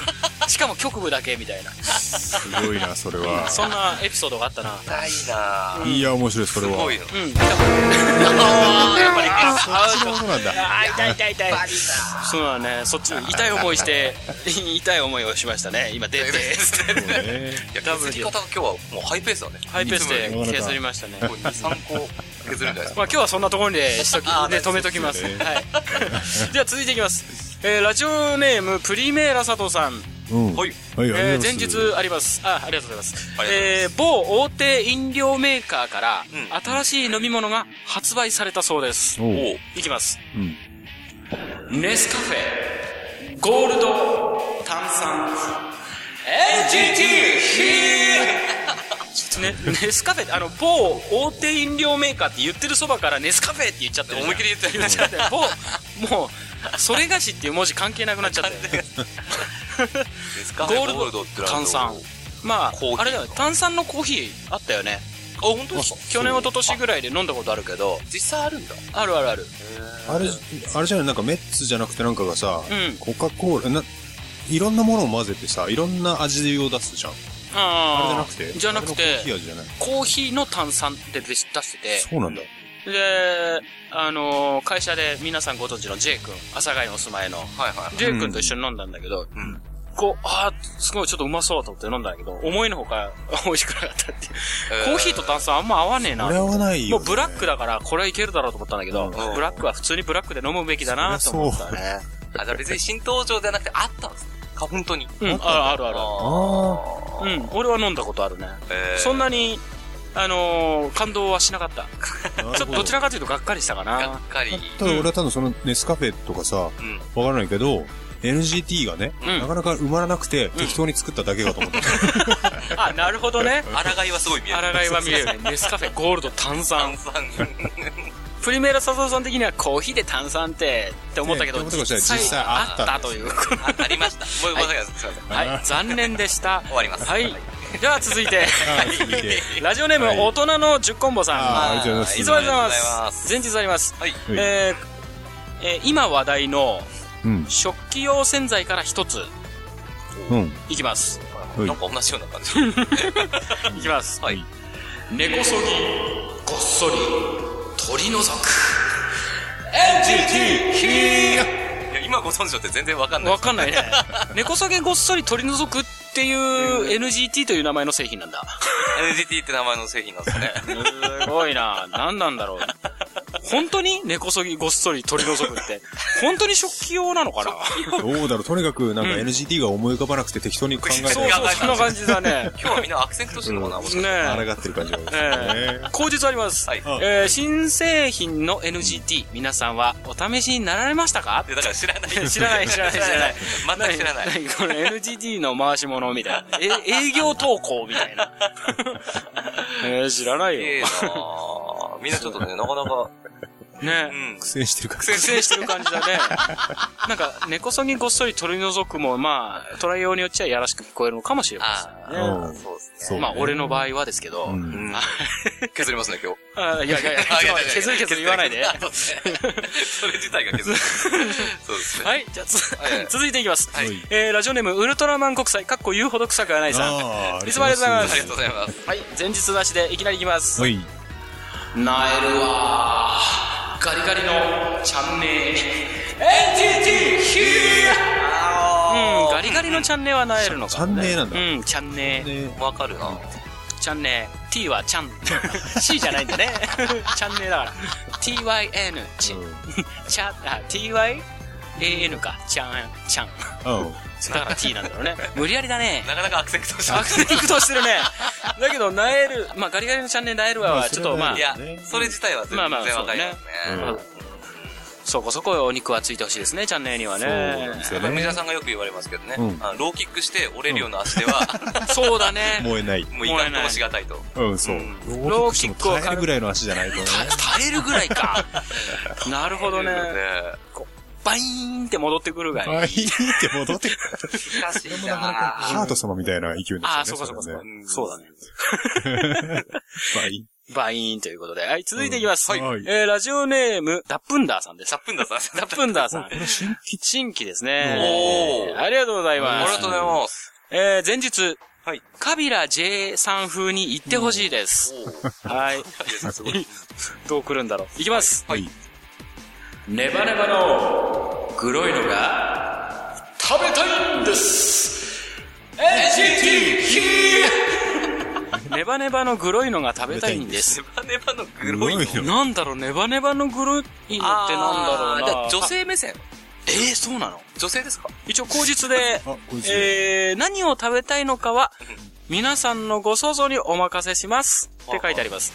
S4: しかも局部だけみたいな。
S5: すごいな、それは。
S4: そんなエピソードがあったな。
S6: ないなぁ。
S5: いや、面白い、そ
S6: す
S5: れは。
S6: ごいの。
S4: うん。やっぱり、あ
S5: そっちのものなんだ。
S4: あ、痛い痛い痛い。そうだね。そっち、痛い思いして、 痛い思いをしましたね。今、出て。
S5: そうね
S6: いや、削り方が今日はもうハイペースだね。
S4: ハイペース
S5: いつもよ
S4: で
S5: り
S4: 削りましたね。
S6: こう2、3個削るんじゃないです
S4: まあ今日はそんなところでしとき、で止めときます。
S5: そうです
S4: はい。 では続いていきます。えー、ラジオネーム、プリメーラ佐藤さん。
S5: うん。
S6: か。は
S5: はい
S6: い。。
S5: はい、あ
S4: えー
S5: りがとうございます
S4: 前日あります。あ、ありがとうございます
S6: あ。りがとうござい
S4: えー、某大手飲料メーカーから、
S6: う
S4: 新しい飲み物が発売されたそうです。
S5: おう
S6: おう。
S4: いきます。
S5: うん。
S4: ネスカフェ、ゴールド、炭酸、NGT! ね、ネスカフェって、あの、某大手飲料メーカーって言ってるそばからネスカフェって言っちゃってるじゃん
S6: 思いっきり言ってる
S4: 言っちゃってる某、もう、それがしっていう文字関係なくなっちゃってる
S6: ですか
S4: ゴールド、炭酸。まあ
S6: コーヒー、の
S4: あれだよ、炭酸のコーヒーあったよね。
S6: あ、本当ですか
S4: 去年、一昨年ぐらいで飲んだことあるけど、
S6: 実際あるんだ。
S4: あるあるある。
S5: あれ、あれじゃない、なんかメッツじゃなくてなんかがさ、
S4: うん
S5: コカ・コーラ、な、いろんなものを混ぜてさ、いろんな味を出すじゃん。
S4: あ
S5: あれじゃなくて。
S4: じゃなく
S5: あれのコーヒー
S4: て、
S5: 味じゃない。
S4: コーヒーの炭酸で出してて、
S5: そうなんだ。
S4: で、あのー会社で皆さんご存知の J 君、阿佐ヶ谷にお住まいの、
S6: はいはい。
S4: J 君と一緒に飲んだんだけど、
S6: うん。
S4: こう、あーすごいちょっとうまそうと思って飲んだんだけど、思いのほか 美味しくなかったっていう。コーヒーと炭酸あんま合わねえな。
S5: これ合わないよ
S4: もうブラックだから、これはいけるだろうと思ったんだけど、
S6: ん
S4: ブラックは普通にブラックで飲むべきだなと思ったね。
S6: あ、じゃあ別に新登場じゃなくてあったんですね
S7: 花粉とに。
S4: うん、あるあるあ
S5: あ
S4: る。うん、俺は飲んだことあるね。
S7: えー
S4: そんなに、あのー感動はしなかった。
S5: ー
S4: ちょっとどちらかというとがっかりしたか
S7: がっ
S4: な。
S7: かり。
S5: ただ俺は多分そのネスカフェとかさ、わ
S7: うん。
S5: からないけど、NGT がね、
S4: うん
S5: なかなか埋まらなくて、適当に作っただけかと 思った。
S4: あ、なるほどね。
S7: 抗いはすごい見える。
S4: あらがいは見えるね。ネスカフェ、ゴールド、炭酸
S7: 炭。酸。
S4: プリメーラ佐藤さん的にはコーヒーで炭酸ってって思ったけど、
S5: ねってことが実際あった
S4: あったという。
S7: あありました。もう、まさか、すいません。
S4: はい、残念で した。
S7: 終わります
S4: はい。では続いて、
S5: はい続いて
S4: ラジオネーム、
S5: はい
S4: 大人の10コンボ
S5: あ
S4: さ
S5: ーありがとうございま
S4: ん。
S5: す
S4: いつもありがとうござ
S7: ありが
S4: い
S7: とうござい
S4: ま。
S7: ますす
S4: 前日あります。
S7: はい。
S5: はい
S4: えーえー今話題の
S5: うん。
S4: 食器用洗剤から一つ
S5: うん。
S4: いきます。
S5: はい
S7: なんか同じような感じ。
S4: いきます。
S7: はい。
S4: 根こそぎ、こっそり、取り除く。
S7: いや今ご存知のって全然わかんない
S4: わ。かんないね。 根こそぎごっそり取り除くっていう NGT という名前の製品なんだ。
S7: NGT って名前の製品なんですね。
S4: すごいな。何なんだろう。本当に根こそぎごっそり取り除くって。本当に食器用なのか な
S5: どうだろうとにかくなんか NGT が思い浮かばなくて適当に考え
S7: うん
S5: て、
S4: そうそう、そんな感じだね。
S7: 今日はみんなアクセントしてるのかなもしかして。
S5: あ
S4: ね
S5: らがってる感じがありま
S4: え。
S5: す
S4: え
S5: ね
S4: え。口実あります。
S7: はい。
S5: あ
S4: えー新製品の NGT、皆さんはお試しになられましたか
S7: でだから知らない。
S4: 知らない知らない知らない。
S7: 全く知らない。
S4: 何 これ NGT の回し物みたいな。え営業投稿みたいな。 えー知らないよ。
S7: え
S4: ね
S7: えなあみんなちょっとね、なかなか、うん。
S5: 苦戦してるから。
S4: 苦戦してる感じだね。 なんか、根こそぎごっそり取り除くも、まあ、捉えようによっちゃやらしく聞こえるのかもしれません。
S7: あ
S5: う
S7: あ、
S5: ん
S7: そうです
S5: そ
S7: ね。
S5: う
S4: まあ、俺の場合はですけど。
S5: うん
S7: うん。削りますね、今日。
S4: あいやいやいや、ちょっ
S7: あ
S4: と
S7: いやい
S4: 待
S7: やい
S4: っ
S7: や
S4: て削り削り言わないで。
S7: あそうですねそれ自体が削る。そうです ね。
S4: はい、じゃあつ、
S7: はい
S4: 続いていきます。
S7: はい
S4: えー、ラジオネーム、ウルトラマン国際、かっこ言うほど臭くはないさん。
S5: あー
S4: いつもありがとうございま
S7: ありが
S4: す
S7: とうございます。
S4: はい、前日出しでいきなりいきます。
S5: はい。
S4: なえるわガリガリのチャンネル NTT ヒーうんガリガリのチャンネルはなえるのかもね
S5: チャンネルなんだ
S4: うんチャンネル
S5: ね
S7: わかるな。
S4: チャンネル T はチャン C じゃないんだね チャンネルだから TYN チ
S5: うん
S4: チャあ TYAN かチャンチャン
S5: うん。
S4: だから T なんだろうね無理やりだね
S7: なかなかアクセントして
S4: ア
S7: ま
S4: ク
S7: す。
S4: セントしてるねだけどなえるまあガリガリのチャンネルなえるわはちょっとまあ
S7: いや、それ自体は全然わかりますね。
S5: まあまあそうね
S4: そこそこお肉はついてほしいですね、チャンネルには
S5: そう
S4: ね
S5: なん。です
S7: や
S5: よ
S7: っぱり
S5: ね
S7: 梅。田さんがよく言われますけどね、
S5: うん
S7: あのローキックして折れるような足では、
S4: そうだね。
S5: 燃えない。
S7: もういかんともしがたいと。
S5: うん、そう。
S4: ん
S5: ローキックしても
S4: ローキックを
S5: 耐えるぐらいの足じゃないと ね。
S4: た耐えるぐらいか。なるほどね。バイーンって戻ってくるぐらい。
S5: あ、いい って戻ってくる。
S7: 難しい
S5: なかなか
S7: な
S5: ハート様みたいな勢いですよね。
S4: ああ、そうかそうかそ
S5: れ
S4: う
S5: は
S4: か
S5: ね。
S7: ね
S4: そうだね。
S5: まあいい
S4: バイーンということで。はい、続いていきます。
S5: うんはい
S4: えー、ラジオネーム、ダップンダーさんです。
S7: サップンダさん。
S4: ダップンダーさん。
S5: 新
S4: 新規ですね。
S7: おー
S4: ありがとうござい
S7: あ
S4: ま
S7: りが
S4: す
S7: とう。ございます。
S4: えー、前日、
S7: はい。
S4: カビラ J さん風に行ってほしいです。はい。
S7: すごい。
S4: どう来るんだろう。いきます。
S5: はい。
S4: ネバネバのグロいのが食べたいんです NCT ネバネバのグロいのが食べたいんです
S7: ネバネバのグロいの。
S5: グロいの
S4: なんだろうネバネバのグロいのってなんだろう
S7: あーじゃ
S4: な
S7: あ女性目線
S4: えー、そうなの
S7: 女性ですか
S4: 一応口実で
S5: あ、こいつ。
S4: えー、何を食べたいのかは皆さんのご想像にお任せしますって書いてあります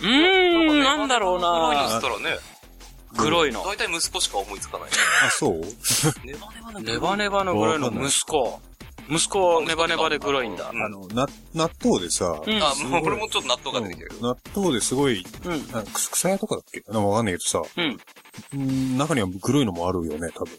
S4: うーん、なんだろう
S7: グロいのっつ
S4: な
S7: ったらね、
S4: グロいの。
S7: 大体息子しか思いつかない。
S5: あ、そう
S7: ネバネバの
S4: ネバネバのグロいの息子。息子、ネバネバでグロいんだ。
S5: あの、な、納豆でさ、
S4: うん
S7: あ、もうこれもちょっと納豆が出てきたけど。
S5: 納豆ですごい、
S4: うん。
S5: あくす草屋とかだっけなんかわかんないけどさ、
S4: うん。
S5: うん中には黒いのもあるよね、多分。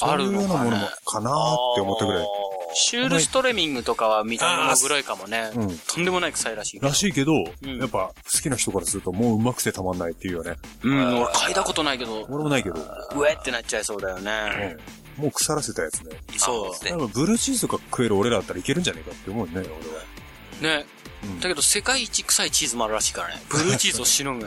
S4: あ
S5: そうい
S4: る
S5: う
S4: の
S5: よう
S4: かね
S5: なものもかなーって思ったぐらい。
S4: シュールストレミングとかは見た目もグロいかもね。
S5: うん。
S4: とんでもない臭いらしいけど。
S5: らしいけど、
S4: ん
S5: やっぱ好きな人からするともううまくてたまんないっていうよね。
S4: うん、俺嗅いだことないけど、
S5: 俺もないけど、うん
S4: うえってなっちゃいそうだよね。
S5: もう腐らせたやつね。
S4: そ
S5: 多分ブルーチーズとか食える俺らだったらいけるんじゃねえかって思うね、俺は。
S4: う。ね。
S5: うん
S4: だけど、世界一臭いチーズもあるらしいからね。ブルーチーズをしのぐ。う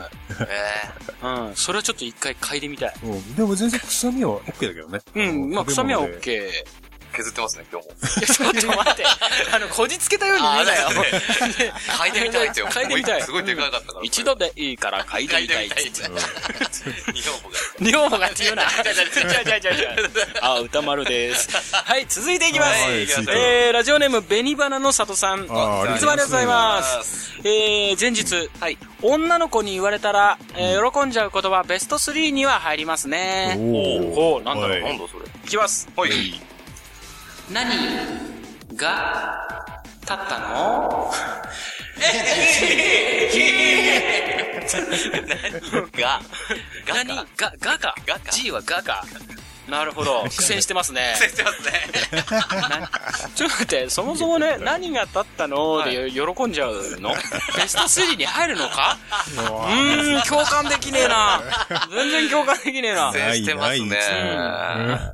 S4: ん。それはちょっと一回嗅いでみたい。
S5: うんでも全然臭みは OK だけどね。
S4: うん。まあ、臭みは
S5: 食べ物で
S4: OK。
S7: 削ってますね、今日も。
S4: い やちょっと待って、あの、こじつけたように見えなよ
S7: あ。嗅いでみたいですよ。
S4: 嗅いでみたい
S7: すごいでかかったから。
S4: 一度でいいから嗅いで
S7: 嗅い
S4: み
S7: で
S4: たい
S7: み。たい。 日本語が。
S4: 日本語がって言うな。あ、歌丸です。はい、続いていきます。
S5: はい続いて
S4: えー、ラジオネーム、紅花の里さん。いつも
S5: あ
S4: あ
S5: ー
S4: りがとうございます。えー、前日、
S6: はい。
S4: 女の子に言われたら、えー喜んじゃう言葉、ベスト3には入りますね。
S5: お
S4: おーなんだろう
S5: はい
S7: 今度それ。
S4: いきます。
S7: はい。
S4: 何が立ったの
S7: が、
S4: 何が、がか。
S7: がか
S4: G はがか。なるほ ど。苦戦してますね。
S7: 出てますね。
S4: なちょっと待って、そもそもね、何が立ったので喜んじゃうの、 ベスト3に入るのかうーん、共感できねえな。全然共感できねえ な。
S7: 苦戦してますね。
S5: ないない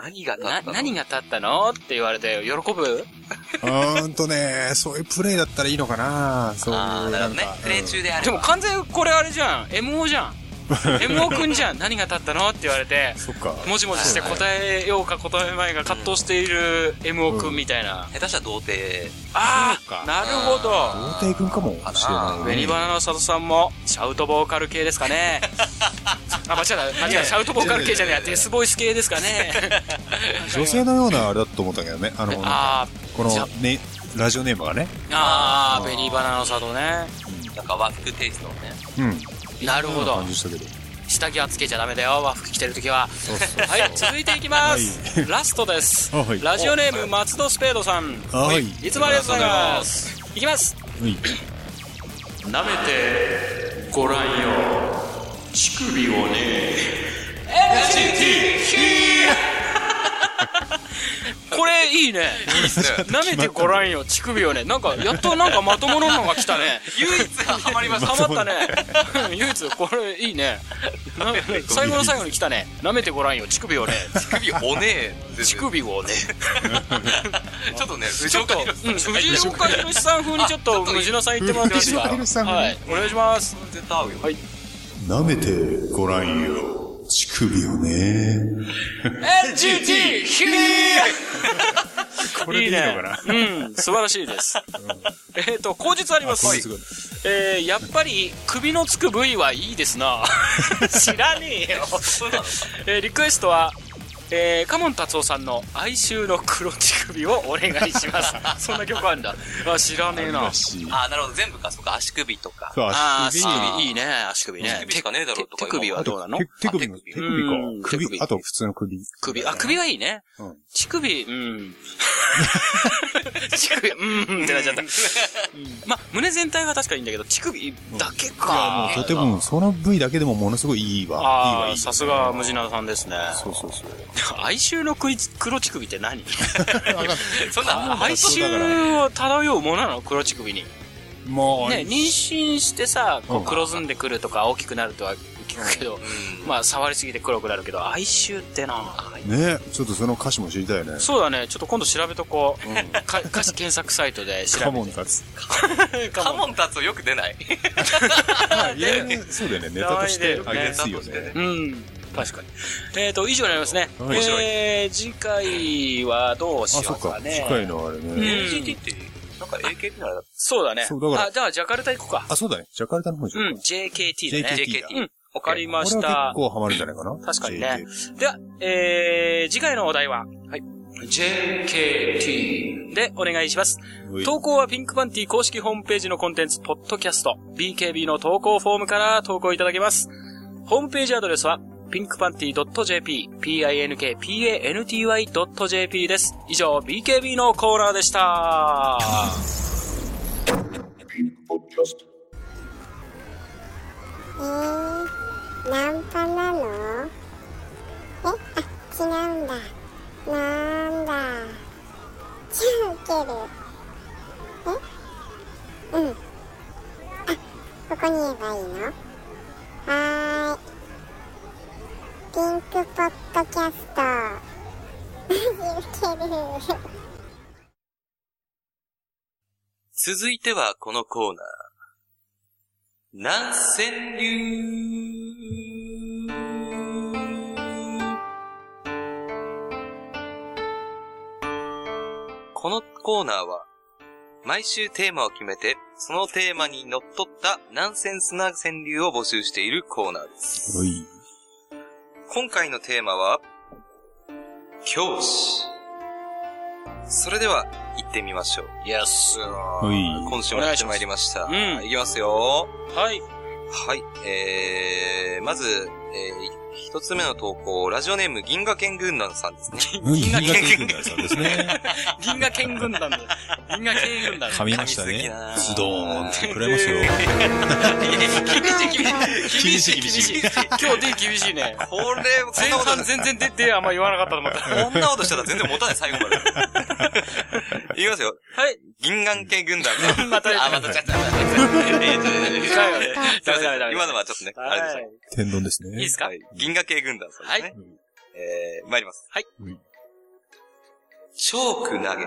S7: 何が
S4: な、何
S7: 何
S4: が立ったのって言われて、喜ぶ
S5: うーんとね、そういうプレイだったらいいのかなそういう。
S7: あー、なるほどね
S5: んか。
S7: プレイ中であれ
S4: で
S7: ば。
S4: も完全にこれあれじゃん。MO じ ゃん。MO くんじゃん。何が立ったのって言われて、
S5: そっか。
S4: もじもじして答えようか答えまいが葛藤している MO くんみたいな。
S7: 下手したら童貞。
S4: あ
S5: そう
S4: あ
S5: か
S4: なるほど。
S5: 童貞君かもしれないね。
S4: 紅花の里さんも、シャウトボーカル系ですか ね。あ、間違えた、間違えた、シャウトボーカル系じゃねえや、デスボイス系ですかね。
S5: 女性のようなあれだと思ったけどね。あの、
S4: あ
S5: こ
S4: じゃ
S5: の、ね、ラジオネームがね。
S4: ー、あー、紅花の里ね。
S7: なんかワークテイストのね。
S5: うん。
S4: なるほど
S5: 感。じしたけど。
S4: 下着はつけちゃダメだよ、和服着てるときは。はい、続いていきます。ラストです
S5: はい。
S4: ラジオネーム、松戸スペードさん。
S5: はい。
S4: いつもありがとうございます。いきます。
S5: はい。
S4: 舐めてごらんよ乳首をね NGT これいいね
S7: いいっすね。
S4: 舐めてごらんよ乳首をねなんかやっとなんかまともなのが来たね
S7: 唯一ハマりました。
S4: ハマったね 唯一これいいねな最後の最後に来たね舐めてごらんよ乳首をね
S7: 乳首おねえです
S4: 乳
S7: ね。
S4: 首をね
S7: ちょっとね、不
S4: ちょ
S7: 条
S4: っと、
S7: 件。
S4: うん、藤岡弘さん風にちょっと無事のさん言ってもらっていいですか
S5: 藤岡弘さん風に
S4: はい、お願いします
S7: 絶対合うよ。
S5: 舐めてごらんよ。乳首をね。
S4: NGT ヒ
S5: これでいいのかな
S4: うん、素晴らしいです。えっと、口述あります。
S5: 口述があ
S4: えー、やっぱり、首のつく部位はいいです な。知らねえよ。えー、リクエストは、えー、カモン達夫さんの哀愁の黒乳首をお願いします。 そんな曲あるんだ。あ、知らねえな
S5: ら。しい。
S7: あー、なるほど。全部か。そうか。足首とか。
S5: そう、
S4: あー、
S5: 足
S4: 足首いいね、足首ね。
S7: 足首しかねえだろうと
S4: 手
S7: か
S4: 手首はどうなの
S5: 首。手手首の、
S7: あ
S5: 手
S7: 手首
S5: 首か
S4: うん。手首
S5: 首、あと普通の首。
S4: 首、あ、首はいいね。
S5: うん
S4: 乳首、 うん。乳首、うん、ってなっちゃった。まあ、胸全体は確かにいいんだけど、乳首だけか。
S5: とても、その部位だけでもものすごいいいわ。いいわ
S4: ああ、
S5: いいわ
S4: さすが、ムジナさんですね。
S5: そうそうそう。
S4: 哀愁の食い黒乳首って何
S7: そんな、
S4: 哀愁を漂うものなの黒乳首に。ね、
S5: もう、
S4: 妊娠してさ、こ
S5: う
S4: うん黒ずんでくるとか大きくなるとは聞くけど、まあ、触りすぎて黒くなるけど、哀愁ってな。
S5: ね、ちょっとその歌詞も知りたいね。
S4: そうだね、ちょっと今度調べとこう。か歌詞検索サイトで調べ
S5: カモン立つ。
S4: て。
S7: カモン立つよく出ない。
S5: あいやそうだよね、ネタとしてあげやすいよ
S7: ネタとして
S5: ね。
S4: うん。確かに。えっ、と、以上になりますね。
S5: はい面白い
S4: えー、次回はどうし
S5: あ、そ
S4: よ
S5: っ
S4: うか
S5: か。
S4: ね。
S5: 近いのあれね。
S7: NGT って、 なんか AKB なら、
S4: そうだね。
S5: そうだから
S4: あ、じゃあ、ジャカルタ行こうか。
S5: あ、そうだね。ジャカルタの方にし
S4: う
S5: よ
S4: ん
S5: う、か。
S4: JKT だね。
S5: JKT だ
S4: うん、わかりまし
S5: これは
S4: た
S5: 結。構ハマるんじゃないかな。
S4: 確かにね。では、えー、次回のお題は、はい。JKT でお願いします。
S5: JK。
S4: 投稿はピンクパンティ公式ホームページのコンテンツ、ポッドキャスト、BKB の投稿フォームから投稿いただけます。ホームページアドレスは、pinkpanty.jp、pinkpanty.jp です。以上、BKB のコーナーでした。
S1: Podcast.
S2: えー、ナンパなのえ、あ、違うんだ。なんだ。じゃあ受ける。えうん。あ、ここに言えばいいのはーい。ピンクポッドキャス ト。マジ受ける。
S7: 続いてはこのコーナー。南千流このコーナーは、毎週テーマを決めて、そのテーマにのっとったナンセンスな川柳を募集しているコーナーです。
S5: おい。
S7: 今回のテーマは、教師。それでは、行ってみましょう。
S4: イエス。
S5: おい。
S7: 今週もやってまいりました。
S4: お願いしますうん
S7: いきますよ。
S4: はい。
S7: はい。えー、まず、えー、一つ目の投稿、ラジオネーム銀河犬軍団さんですね。
S5: うん銀河研究さんです ね。
S4: 銀河県軍 団で。銀河県軍団。
S5: 噛みまし た
S7: 噛みす
S5: ね
S7: ぎな。
S5: ズドーンって食らいますよ。
S4: 厳しい、厳しい。今日 D 厳しいね。
S7: これ、こん
S4: 前
S7: なこと
S4: 半全然出てあんま言わなかったと 思った。
S7: こんなことしたら全然持たない、最後まで。いきますよ。はい。銀眼系軍団。
S4: また
S7: あ、またちゃった。
S4: ダメダメダメ
S7: 今のはちょっとね、あれでした。い
S5: 天丼ですね。
S7: いですか銀河系軍団さんですね。えー、参ります。
S4: はい
S5: うん。
S7: チョーク投げ。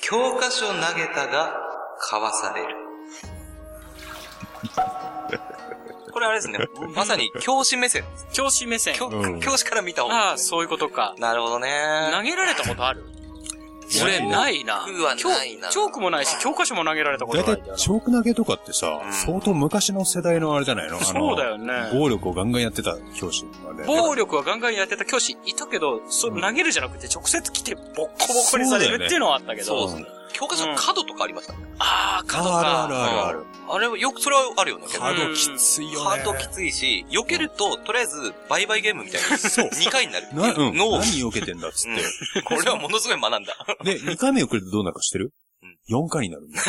S7: 教科書投げたが、かわされる。 これあれですね。まさに教師目線。
S4: 教師目線。
S7: 教
S5: うん
S7: 教師から見た方
S4: あ
S7: が
S4: あ、。そういうことか。
S7: なるほどね。
S4: 投げられたことある
S5: や
S4: 俺ないな。
S7: 僕はないな
S4: チョークもないし、教科書も投げられたこ
S5: だ
S4: と
S5: い
S4: ない
S5: たい
S4: んだよな。
S5: チョーク投げとかってさ、相当昔の世代のあれじゃないのあの
S4: そうだよね
S5: 暴力をガンガンやってた教師とかね。
S4: 暴力はガンガンやってた教師いたけど、そう投げるじゃなくて直接来てボッコボコにされるっていうのはあったけど。
S7: そうですね。教科書の角とかありました。
S4: ああ、角
S5: あるある
S4: か。
S5: あるある。
S7: あれは、よく、それはあるよね。
S5: カードきついよ
S7: ハ
S5: ね。
S7: ートきついし、避けると、とりあえず、バイバイゲームみたいな。そう。2回になる。
S5: な、うん。
S7: 脳を。
S5: 何避けてんだっつっ
S7: うんこれはものすごい学んだ。
S5: て。で、2回目遅れてどうなるか知ってる
S7: うん
S5: 4回になるんだ。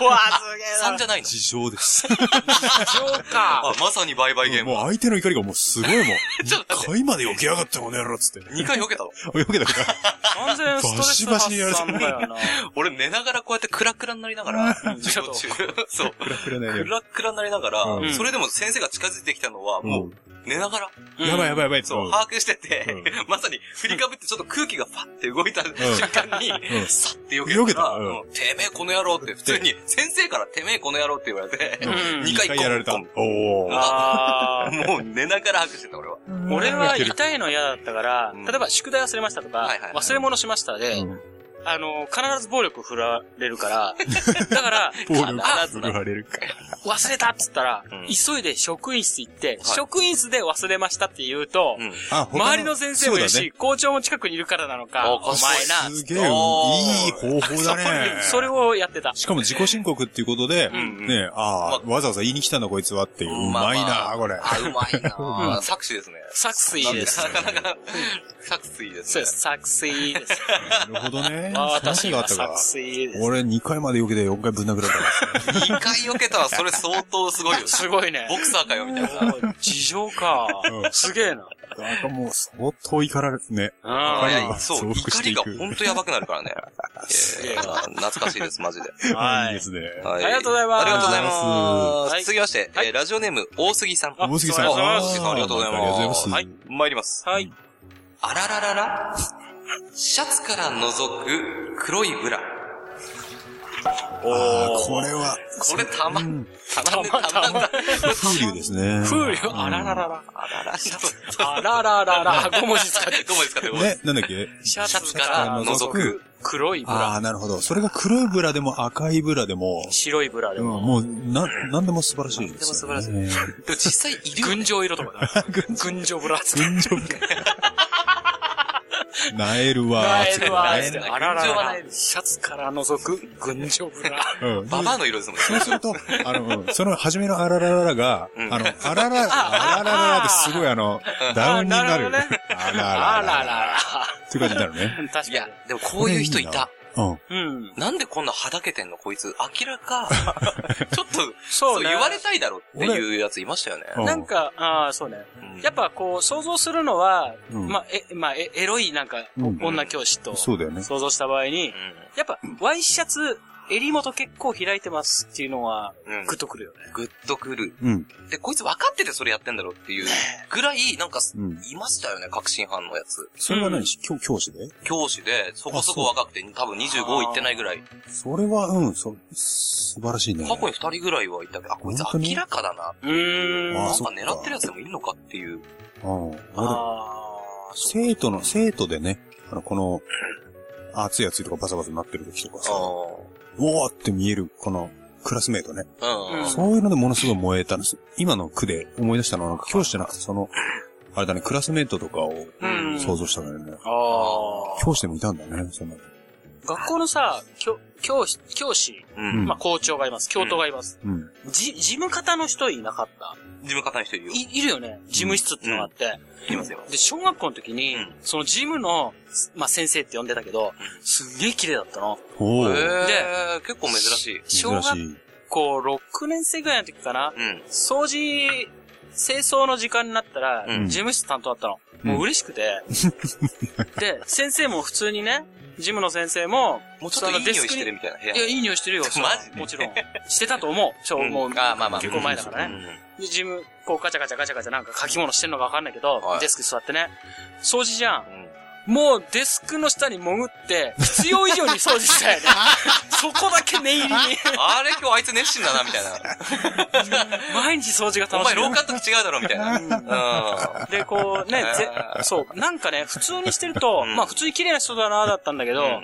S4: うわあ、すげえな。
S7: 3じゃないの。
S5: 事情です。
S4: ジョーカ
S7: あ、まさにバイバイゲーム。
S5: もう相手の怒りがもうすごいもん。
S7: ちょっと待
S5: 2回まで避けやがったこの野郎っつって。
S7: 2回避けたの。
S5: 避けたから。
S4: ー。完全ストレス発散だよな。
S7: 俺寝ながらこうやってクラクラになりながら、授業中。 そう。
S5: くらくらない
S7: ク
S5: よ。
S7: ラクラになりなが
S5: う
S7: ら、
S4: ん
S7: それでも先生が近づいてきたのは、も
S5: も
S7: う寝ながら、
S5: う、やばいやばいやばい。
S7: そう、
S5: ん
S7: 把握してて
S5: う、
S7: まさに振りかぶってちょっと空気がパッて動いた瞬間に、
S5: うん
S7: さって避けたら、
S5: 避けたうん
S7: うんてめえこの野郎って、普通に、先生からてめえこの野郎って言われて、
S4: うん
S7: 二
S5: 一
S7: 回
S5: 回やられた。
S7: コ
S5: お
S7: ン
S5: お。
S4: あー
S7: もう寝ながら拍手してた、俺は。
S4: 俺は痛いの嫌だったから、
S7: うん
S4: 例えば宿題忘れましたとか
S7: はいはいはい、
S4: 忘れ物しましたで、
S5: うん
S4: あの、必ず暴力振られる から、だから、
S5: ボール
S4: 必ず
S5: 振られるか。
S4: 忘れたっつったら
S7: うん、
S4: 急いで職員室行って、職員室で忘れましたって言うと、
S7: うん。
S5: あ、他
S4: 周りの先生もいるし、校長も近くにいるからなのか、
S7: あ
S4: お前
S5: そうだね
S4: な、
S5: すげえ、いい方法だね。
S4: それをやってた。
S5: しかも自己申告っていうことで、
S7: ん
S5: ねああ、わざわざ言いに来たんだこいつはっていう。うまい
S7: ま
S5: な
S7: あ
S5: これ。
S7: あ、うまい な作詞ですね。
S4: 作水です。
S7: なかなか、作詞です
S4: そう
S7: ね
S4: です。。作水 です。
S5: なるほど ね。
S4: 私
S5: 話があ
S4: は
S5: ったか
S4: 作。水です。
S5: 俺2回まで避けて4回ぶん殴られたから。
S7: 2回避けたらそれ相当すごいよ。
S4: すごいね。
S7: ボクサーかよ、みたいな。
S4: 事情か
S5: う。ん
S4: すげえな。
S5: なんかもう相当怒られるね。
S4: うん
S7: い
S5: はい
S7: やそ
S5: 増幅
S7: う、怒
S5: して
S7: り
S5: い
S7: が
S5: く
S7: ほんとやばくなるからね。
S4: げえ
S7: えー懐かしいです、マジで。
S4: はい
S5: いいですね。
S7: は
S4: ありがとうございます
S7: ありがとうございま
S4: はい
S7: す。続きまして、
S4: はい
S7: えーラジオネーム、大杉さん。
S5: 大杉さん。
S4: ありがとうございま
S5: あ
S4: す
S7: 大杉さん、ありがとうござい
S5: あり
S7: ます。
S5: がとうございます。
S7: はい、参ります。
S4: はい。
S7: あららららシャツから覗く黒いブラ。
S5: あーこれは、
S7: これたま、たまんで
S4: たま
S7: たまんだ。
S5: 風流ですね。
S4: 風流、あらららら。
S7: あらら、シャツ。
S4: あららら ら。5文字使って。
S7: どこですかってこと
S5: ね、なんだっけ
S4: シャ
S7: シャ
S4: ツ
S7: ツ
S4: か
S7: から
S4: ら
S7: 覗く。
S4: 黒いブラ。
S5: ああ、なるほど。それが黒いブラでも赤いブラでも、
S4: 白いブラで
S5: うん、
S4: も。
S5: もう、な、なんでも素晴らしいですよ、ね。
S7: なんで
S5: も素晴らし い。
S7: でも実際いるよね
S4: 群青色とかだ。群青ブラ。
S5: 群青ブラ。なえるわー
S4: えるわー
S5: つっ
S4: つってて。
S5: ね
S4: あらら
S7: 群青は
S4: ら
S7: な
S4: ら
S7: い。
S4: シャツから覗く群青ブラ。
S5: うん。
S7: ババアの色ですもんね。
S5: そうすると、あの、うんその、初めのあららららが、
S7: うん
S5: あの、あらら、あららららってすごいあの、ダウンになるよね。あら
S4: あ
S5: ら
S4: らら
S5: らら。
S4: ら。
S5: っていう感じになるね。
S4: 確かに
S7: い。や、でもこういう人いた。
S5: うん。
S4: うん。
S7: なんでこんなはだけてんのこいつ。明らか。ちょっと、
S4: そ
S7: そうう
S4: ね
S7: 言われたいだろっていうやついましたよね。
S5: うん
S4: なんか、ああ、そうね。
S7: うん
S4: やっぱこう、想像するのは、
S5: うん
S4: まあ、え、まあ、えエロいなんか、
S5: うん
S4: 女教師と、
S5: そうだよね。
S4: 想像した場合に、やっぱ、ワイシャツ、襟元結構開いてますっていうのは、
S7: うん。うん
S4: グッとくるよね。
S7: ぐっとくる。
S5: うん。
S7: で、こいつ分かっててそれやってんだろうっていうぐらい、なんか、
S5: うん。
S7: いましたよね、確信犯のやつ。
S5: それは何し、教教師で
S7: 教師で、そこそこ若くて、多分25いってないぐらい。
S5: それは、うん、そ、素晴らしいね。
S7: 過去に2人ぐらいはいたけど、あ、こいつ
S5: 本当に
S7: 明らかだな。
S4: うーん。
S5: あ
S7: な
S5: ー
S7: ん
S5: そ
S7: か
S5: っか
S7: 狙ってるやつでもいるのかってい
S5: う
S7: う。
S5: ん。俺、
S4: あーそう
S5: 生徒の、生徒でね、あの、この、熱い熱いとかバサバサなってる時とかさ、
S7: あ
S5: おーって見える、この、クラスメイトね。
S7: あ。うん。
S5: そういうのでものすごい燃えたんです。今の句で思い出したのは、なんか教師じゃなくて、その、あれだね、クラスメイトとかを
S4: うん
S5: 想像したんだよね。
S4: ああ。
S5: 教師でもいたんだね、そんなの。
S4: 学校のさ、教、教師、教師、
S7: うん。
S4: まあ校長がいます、教頭がいます。
S5: うん。
S4: じ、事務方の人いなかった。
S7: 自分方の人いるよ。
S4: い、いるよね。事務室ってのがあって。
S7: いますよ。
S4: で、小学校の時に
S7: うん、
S4: その事務の、まあ先生って呼んでたけど、すんげえ綺麗だったの。
S5: お
S7: へ
S5: ー。
S7: え、結構珍しい。
S4: 小
S5: 珍し
S4: 学
S5: い。
S4: 校6年生ぐらいの時かな。
S7: うん。
S4: 掃除、清掃の時間になったら、
S7: うん
S4: 事務室担当だったの。
S5: うん
S4: もう嬉しく て。で、先生も普通にね、事務の先生も、
S7: もうちょっといい匂いしてるみたいな部屋。
S4: いや、いい匂いしてるよ。それは
S7: マジで
S4: もちろん。してたと思う。そう、
S7: うん
S4: もう、
S7: あーまあまあ
S4: 結構前だからね。
S7: ね。
S4: で、事務、こうガチャガチャガチャガチャなんか書き物してんのかわかんないけど
S7: は、い
S4: デスク座ってね。掃除じゃん。
S7: うん。
S4: もうデスクの下に潜って、必要以上に掃除した よね。そこだけ念入りに。
S7: あれ今日あいつ熱心だな、みたい な。
S4: 毎日掃除が
S7: お
S4: 楽し
S7: 前
S4: い。
S7: 廊下の時違うだろ、みたい な。うん。あ
S4: で、こうね、ぜそう、なんかね、普通にしてると、
S7: うん
S4: まあ普通に綺麗な人だな、だったんだけど、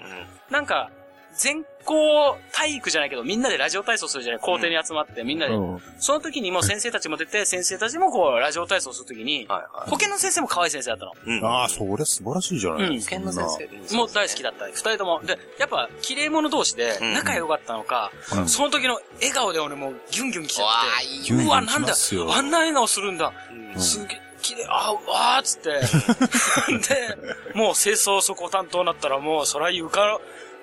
S4: なんか、全校体育じゃないけど、みんなでラジオ体操するじゃない校庭に集まって、みんなで。
S5: うん。
S4: その時にもう先生たちも出て、先生たちもこう、ラジオ体操する時に、
S7: はいはい
S4: 保健の先生も可愛い先生だったの。
S7: うん。
S5: ああ、それ素晴らしいじゃない
S4: うん
S5: そ
S7: 剣の
S5: んな
S7: 先生。
S4: もう大好きだった。二人とも。で、やっぱ、綺麗者同士で
S7: うん
S4: 仲良かったのか、
S5: うん
S4: その時の笑顔で俺もうギュンギュン来ちゃって。
S7: い
S5: ギュンギ
S4: う
S5: ュ
S4: わ、
S5: ン
S4: な
S5: 来
S4: んだ
S5: ま、すよ
S4: あんな笑顔するんだ。
S7: うん
S4: すげえ、綺麗、あ、わーっつ って。で、もう清掃そこ担当になったらもう、そら床、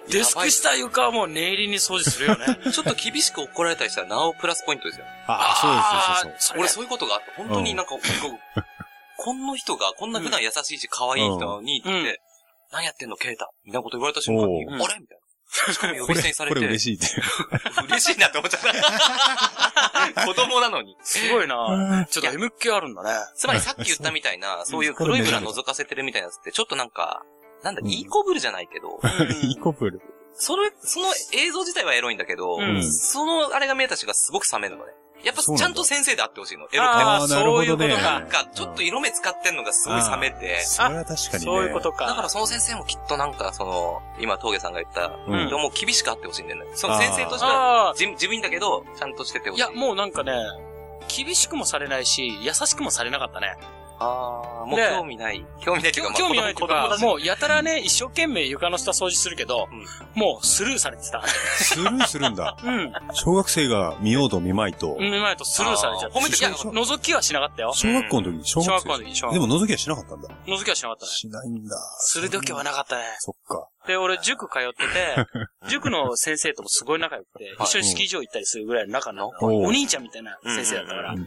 S4: デスク下床はもう念入りに掃除するよね。
S7: ちょっと厳しく怒られたりしたら、なおプラスポイントですよ。
S5: ああ、そうです、そうそうそう。
S4: それ
S7: 俺そういうことがあって、本当になんか、こうこんな人が、こんな普段優しいし、可愛い人に、って、
S4: うんうん
S7: 何やってんの、ケイタみたいなこと言われた瞬間に、
S5: お
S7: あ
S4: う
S7: れみたいな。しかも呼
S5: こ
S7: び捨て
S5: れ
S7: にさ、れ
S5: こ
S7: て、
S5: れ
S7: 嬉し
S5: 嬉しいって。
S7: いなって思っちゃった。子供なのに。
S4: すごいなちょっと MK あるんだね。
S7: つまりさっき言ったみたいな、そういう黒いブラ覗かせてるみたいなやつって、ちょっとなんか、なんだ、
S5: うん
S7: いい子ぶるじゃないけど、
S5: いいコプル。
S7: それ、その映像自体はエロいんだけど、
S4: うん
S7: そのあれが見えた人がすごく冷めるのね。やっぱ
S5: そう
S7: ち
S5: な
S7: ゃ
S5: んだ
S7: んと先生であってほしいの。エロくても。
S5: あ
S4: あー
S5: あ、なるほど
S4: そうい
S5: ね
S4: うことか
S7: なんか、ちょっと色目使ってんのがすごい冷めて、
S5: それは確かにね。
S4: そういうこと
S7: だから
S4: か。
S7: その先生もきっとなんか、その、今、峠さんが言った、
S5: うん
S7: もう厳しくあってほしいんだよね。その先生としては、
S4: あ
S7: じ自分いいんだけど、ちゃんとしてて
S4: あ、
S7: ほ
S4: い
S7: しい。
S4: や、もうなんかね、厳しくもされないし、優しくもされなかったね。
S7: あー、もう
S4: で
S7: 興味ない。興味ないっていうか、まあ
S4: 興味ないと
S7: 子供
S4: か
S7: だ、し
S4: もうやたらね、一生懸命床の下掃除するけど、もうスルーされてた。
S5: スルーするんだ。
S4: うん。
S5: 小学生が見ようと見まいと、
S4: うん、前とスルーされちゃって。
S7: あー褒めて
S4: いや、
S7: くれ
S4: 覗きはしなかったよ。
S5: 小学校の時に小
S4: 小
S5: 学
S4: 学
S5: 生
S4: 校の時、小
S5: で
S4: 学校。
S5: も覗きはしなかったんだ。
S4: 覗きはしなかったね。
S5: しないんだ。
S4: する時はなかったね。
S5: そっか。
S4: で、俺、塾通って て、塾の先生ともすごい仲良くて、一緒にスキー場行ったりするぐらいの仲の、
S5: おう
S4: お兄ちゃんみたいな先生だったから
S5: うん。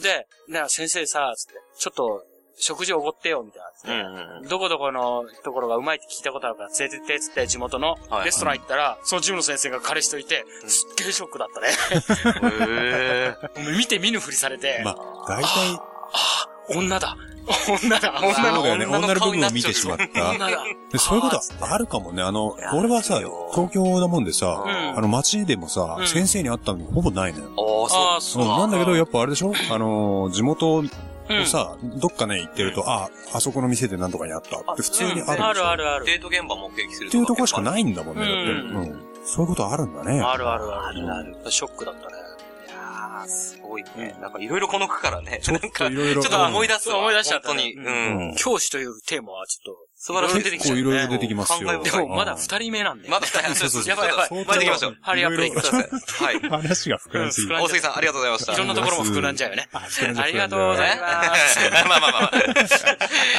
S4: で、でな先生さ、つって、ちょっと、食事おごってよ、みたいな。
S7: うんうん
S4: どこどこのところがうまいって聞いたことあるから連れてって、つって地元の
S7: はい
S4: レストラン行ったら、そのジムの先生が彼氏といて、すっげえショックだったね。
S7: へー
S4: お前見て見ぬふりされて、
S5: まあ、大体、
S4: 女だ女だ
S5: そ う
S4: 女
S5: だ
S4: の
S5: よね。
S7: 女の
S5: 女の部
S7: 顔
S5: 分
S7: にな
S5: を
S7: っちゃう
S5: 見てしまっ
S4: 女
S5: た。
S4: だ
S5: でそういうことはあるかもね。あの、俺はさ、東京だもんでさ、
S4: うん
S5: あの、街でもさ
S4: う、ん
S5: 先生に会ったのほぼないのよ。
S7: あー、そう。
S4: ああ、
S5: そ、
S4: そうう。
S5: なんだけど、やっぱあれでしょあのー、地元を
S4: うん
S5: さ、どっかね、行ってると、あ、あそこの店でなんとかにあったって普通にある。
S4: あるあるある。
S7: デート現場目撃する
S5: っていうところしか
S7: い。
S5: ないんだもんね、だ
S4: うん
S5: って。うん。そういうことあるんだね。
S4: あるあるあ
S5: る
S4: る
S5: あ
S4: ある。ショックだったね。
S7: いやー、すごいね。なんかいろいろこの句からね、なんか、
S5: い
S7: ち
S5: ろい
S7: ょ
S5: ろ。
S7: っと思い出すわ。
S4: 思い出しちゃった
S7: 本当
S4: ね
S7: に。うん。
S4: 教師というテーマはちょっと、
S7: 素晴らしい。出てき
S5: 結
S7: ちゃ
S5: 構
S7: う
S5: いろいろ出てき
S7: ね
S5: ますよ。
S7: 感慨
S4: で
S7: 深い
S4: もまだ二人目なんで。
S7: まだ二人、そうそうそう。やばいやばい。
S5: そうそう
S7: まだ行きましょう。
S4: ハリーアップでいきましょう。
S7: はい。
S5: 話が膨らみすぎ
S4: うん
S5: る。
S7: 大杉さん、ありがとうございました。
S4: いろんなところも膨らんじゃうよね。ありがとうございます。
S7: え まあまあまあまあ。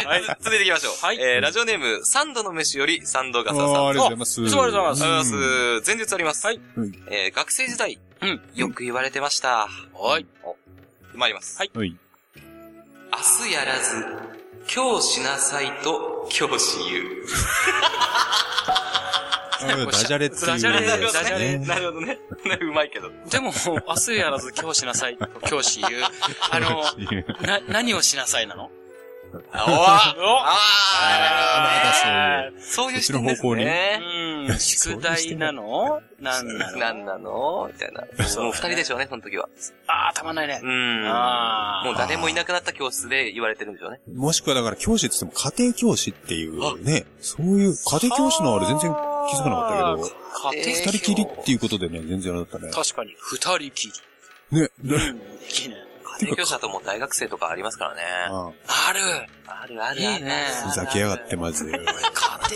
S4: はい
S7: 続いていきましょう。
S4: はい
S7: えーラジオネーム、三度の飯より三度
S5: あ
S7: ガサさ
S5: ー
S7: ん。
S5: ありがとうござい
S7: ま
S5: ます。
S4: いつもありがとうご
S7: す。
S4: ざ
S7: ありが
S5: う
S7: とうご
S5: ん
S7: ざいます。前日あります。
S4: はい
S5: うん
S7: えー学生時代、
S4: うん。
S7: よく言われてました。
S4: はい。
S7: 参ります。
S4: はい
S5: はい。
S7: 明日やらず、今日しなさいと、教師言う。
S5: あダジャレっていう。
S4: ダジャレ
S7: なるほど
S4: ダジャ
S7: ね。
S4: レ
S7: なるほどね。うまいけど。
S4: でも、明日やらず今日しなさいと教師言う。あ の、な、何をしなさいなの
S7: あ
S4: お
S7: あ
S5: あ
S7: あ
S5: ー
S7: そういう視
S5: そっちの
S7: 点です
S5: 方向に
S7: ね。
S4: うん。うん、宿題なのなんなの
S7: なんなのみたいな。
S4: そう
S7: もう二人でしょうね、その時は。
S4: ああ、たまんないね
S7: う。ん。
S4: あー
S7: もう誰もいなくなった教室で言われてるんでしょうね。
S5: もしくはだから教師って言っても家庭教師っていうね、そういう家庭教師のあれ全然気づかなかったけど、
S4: 家庭
S5: 二人きりっていうことでね、全然あれだったね。
S4: 確かに、二人きり。
S5: ね、
S4: うん、いいね。
S7: 家庭教師だともう大学生とかありますからね。
S5: あ
S4: ある
S7: あるあるある。
S4: いいね
S5: あふざけやがってまずい。
S4: 家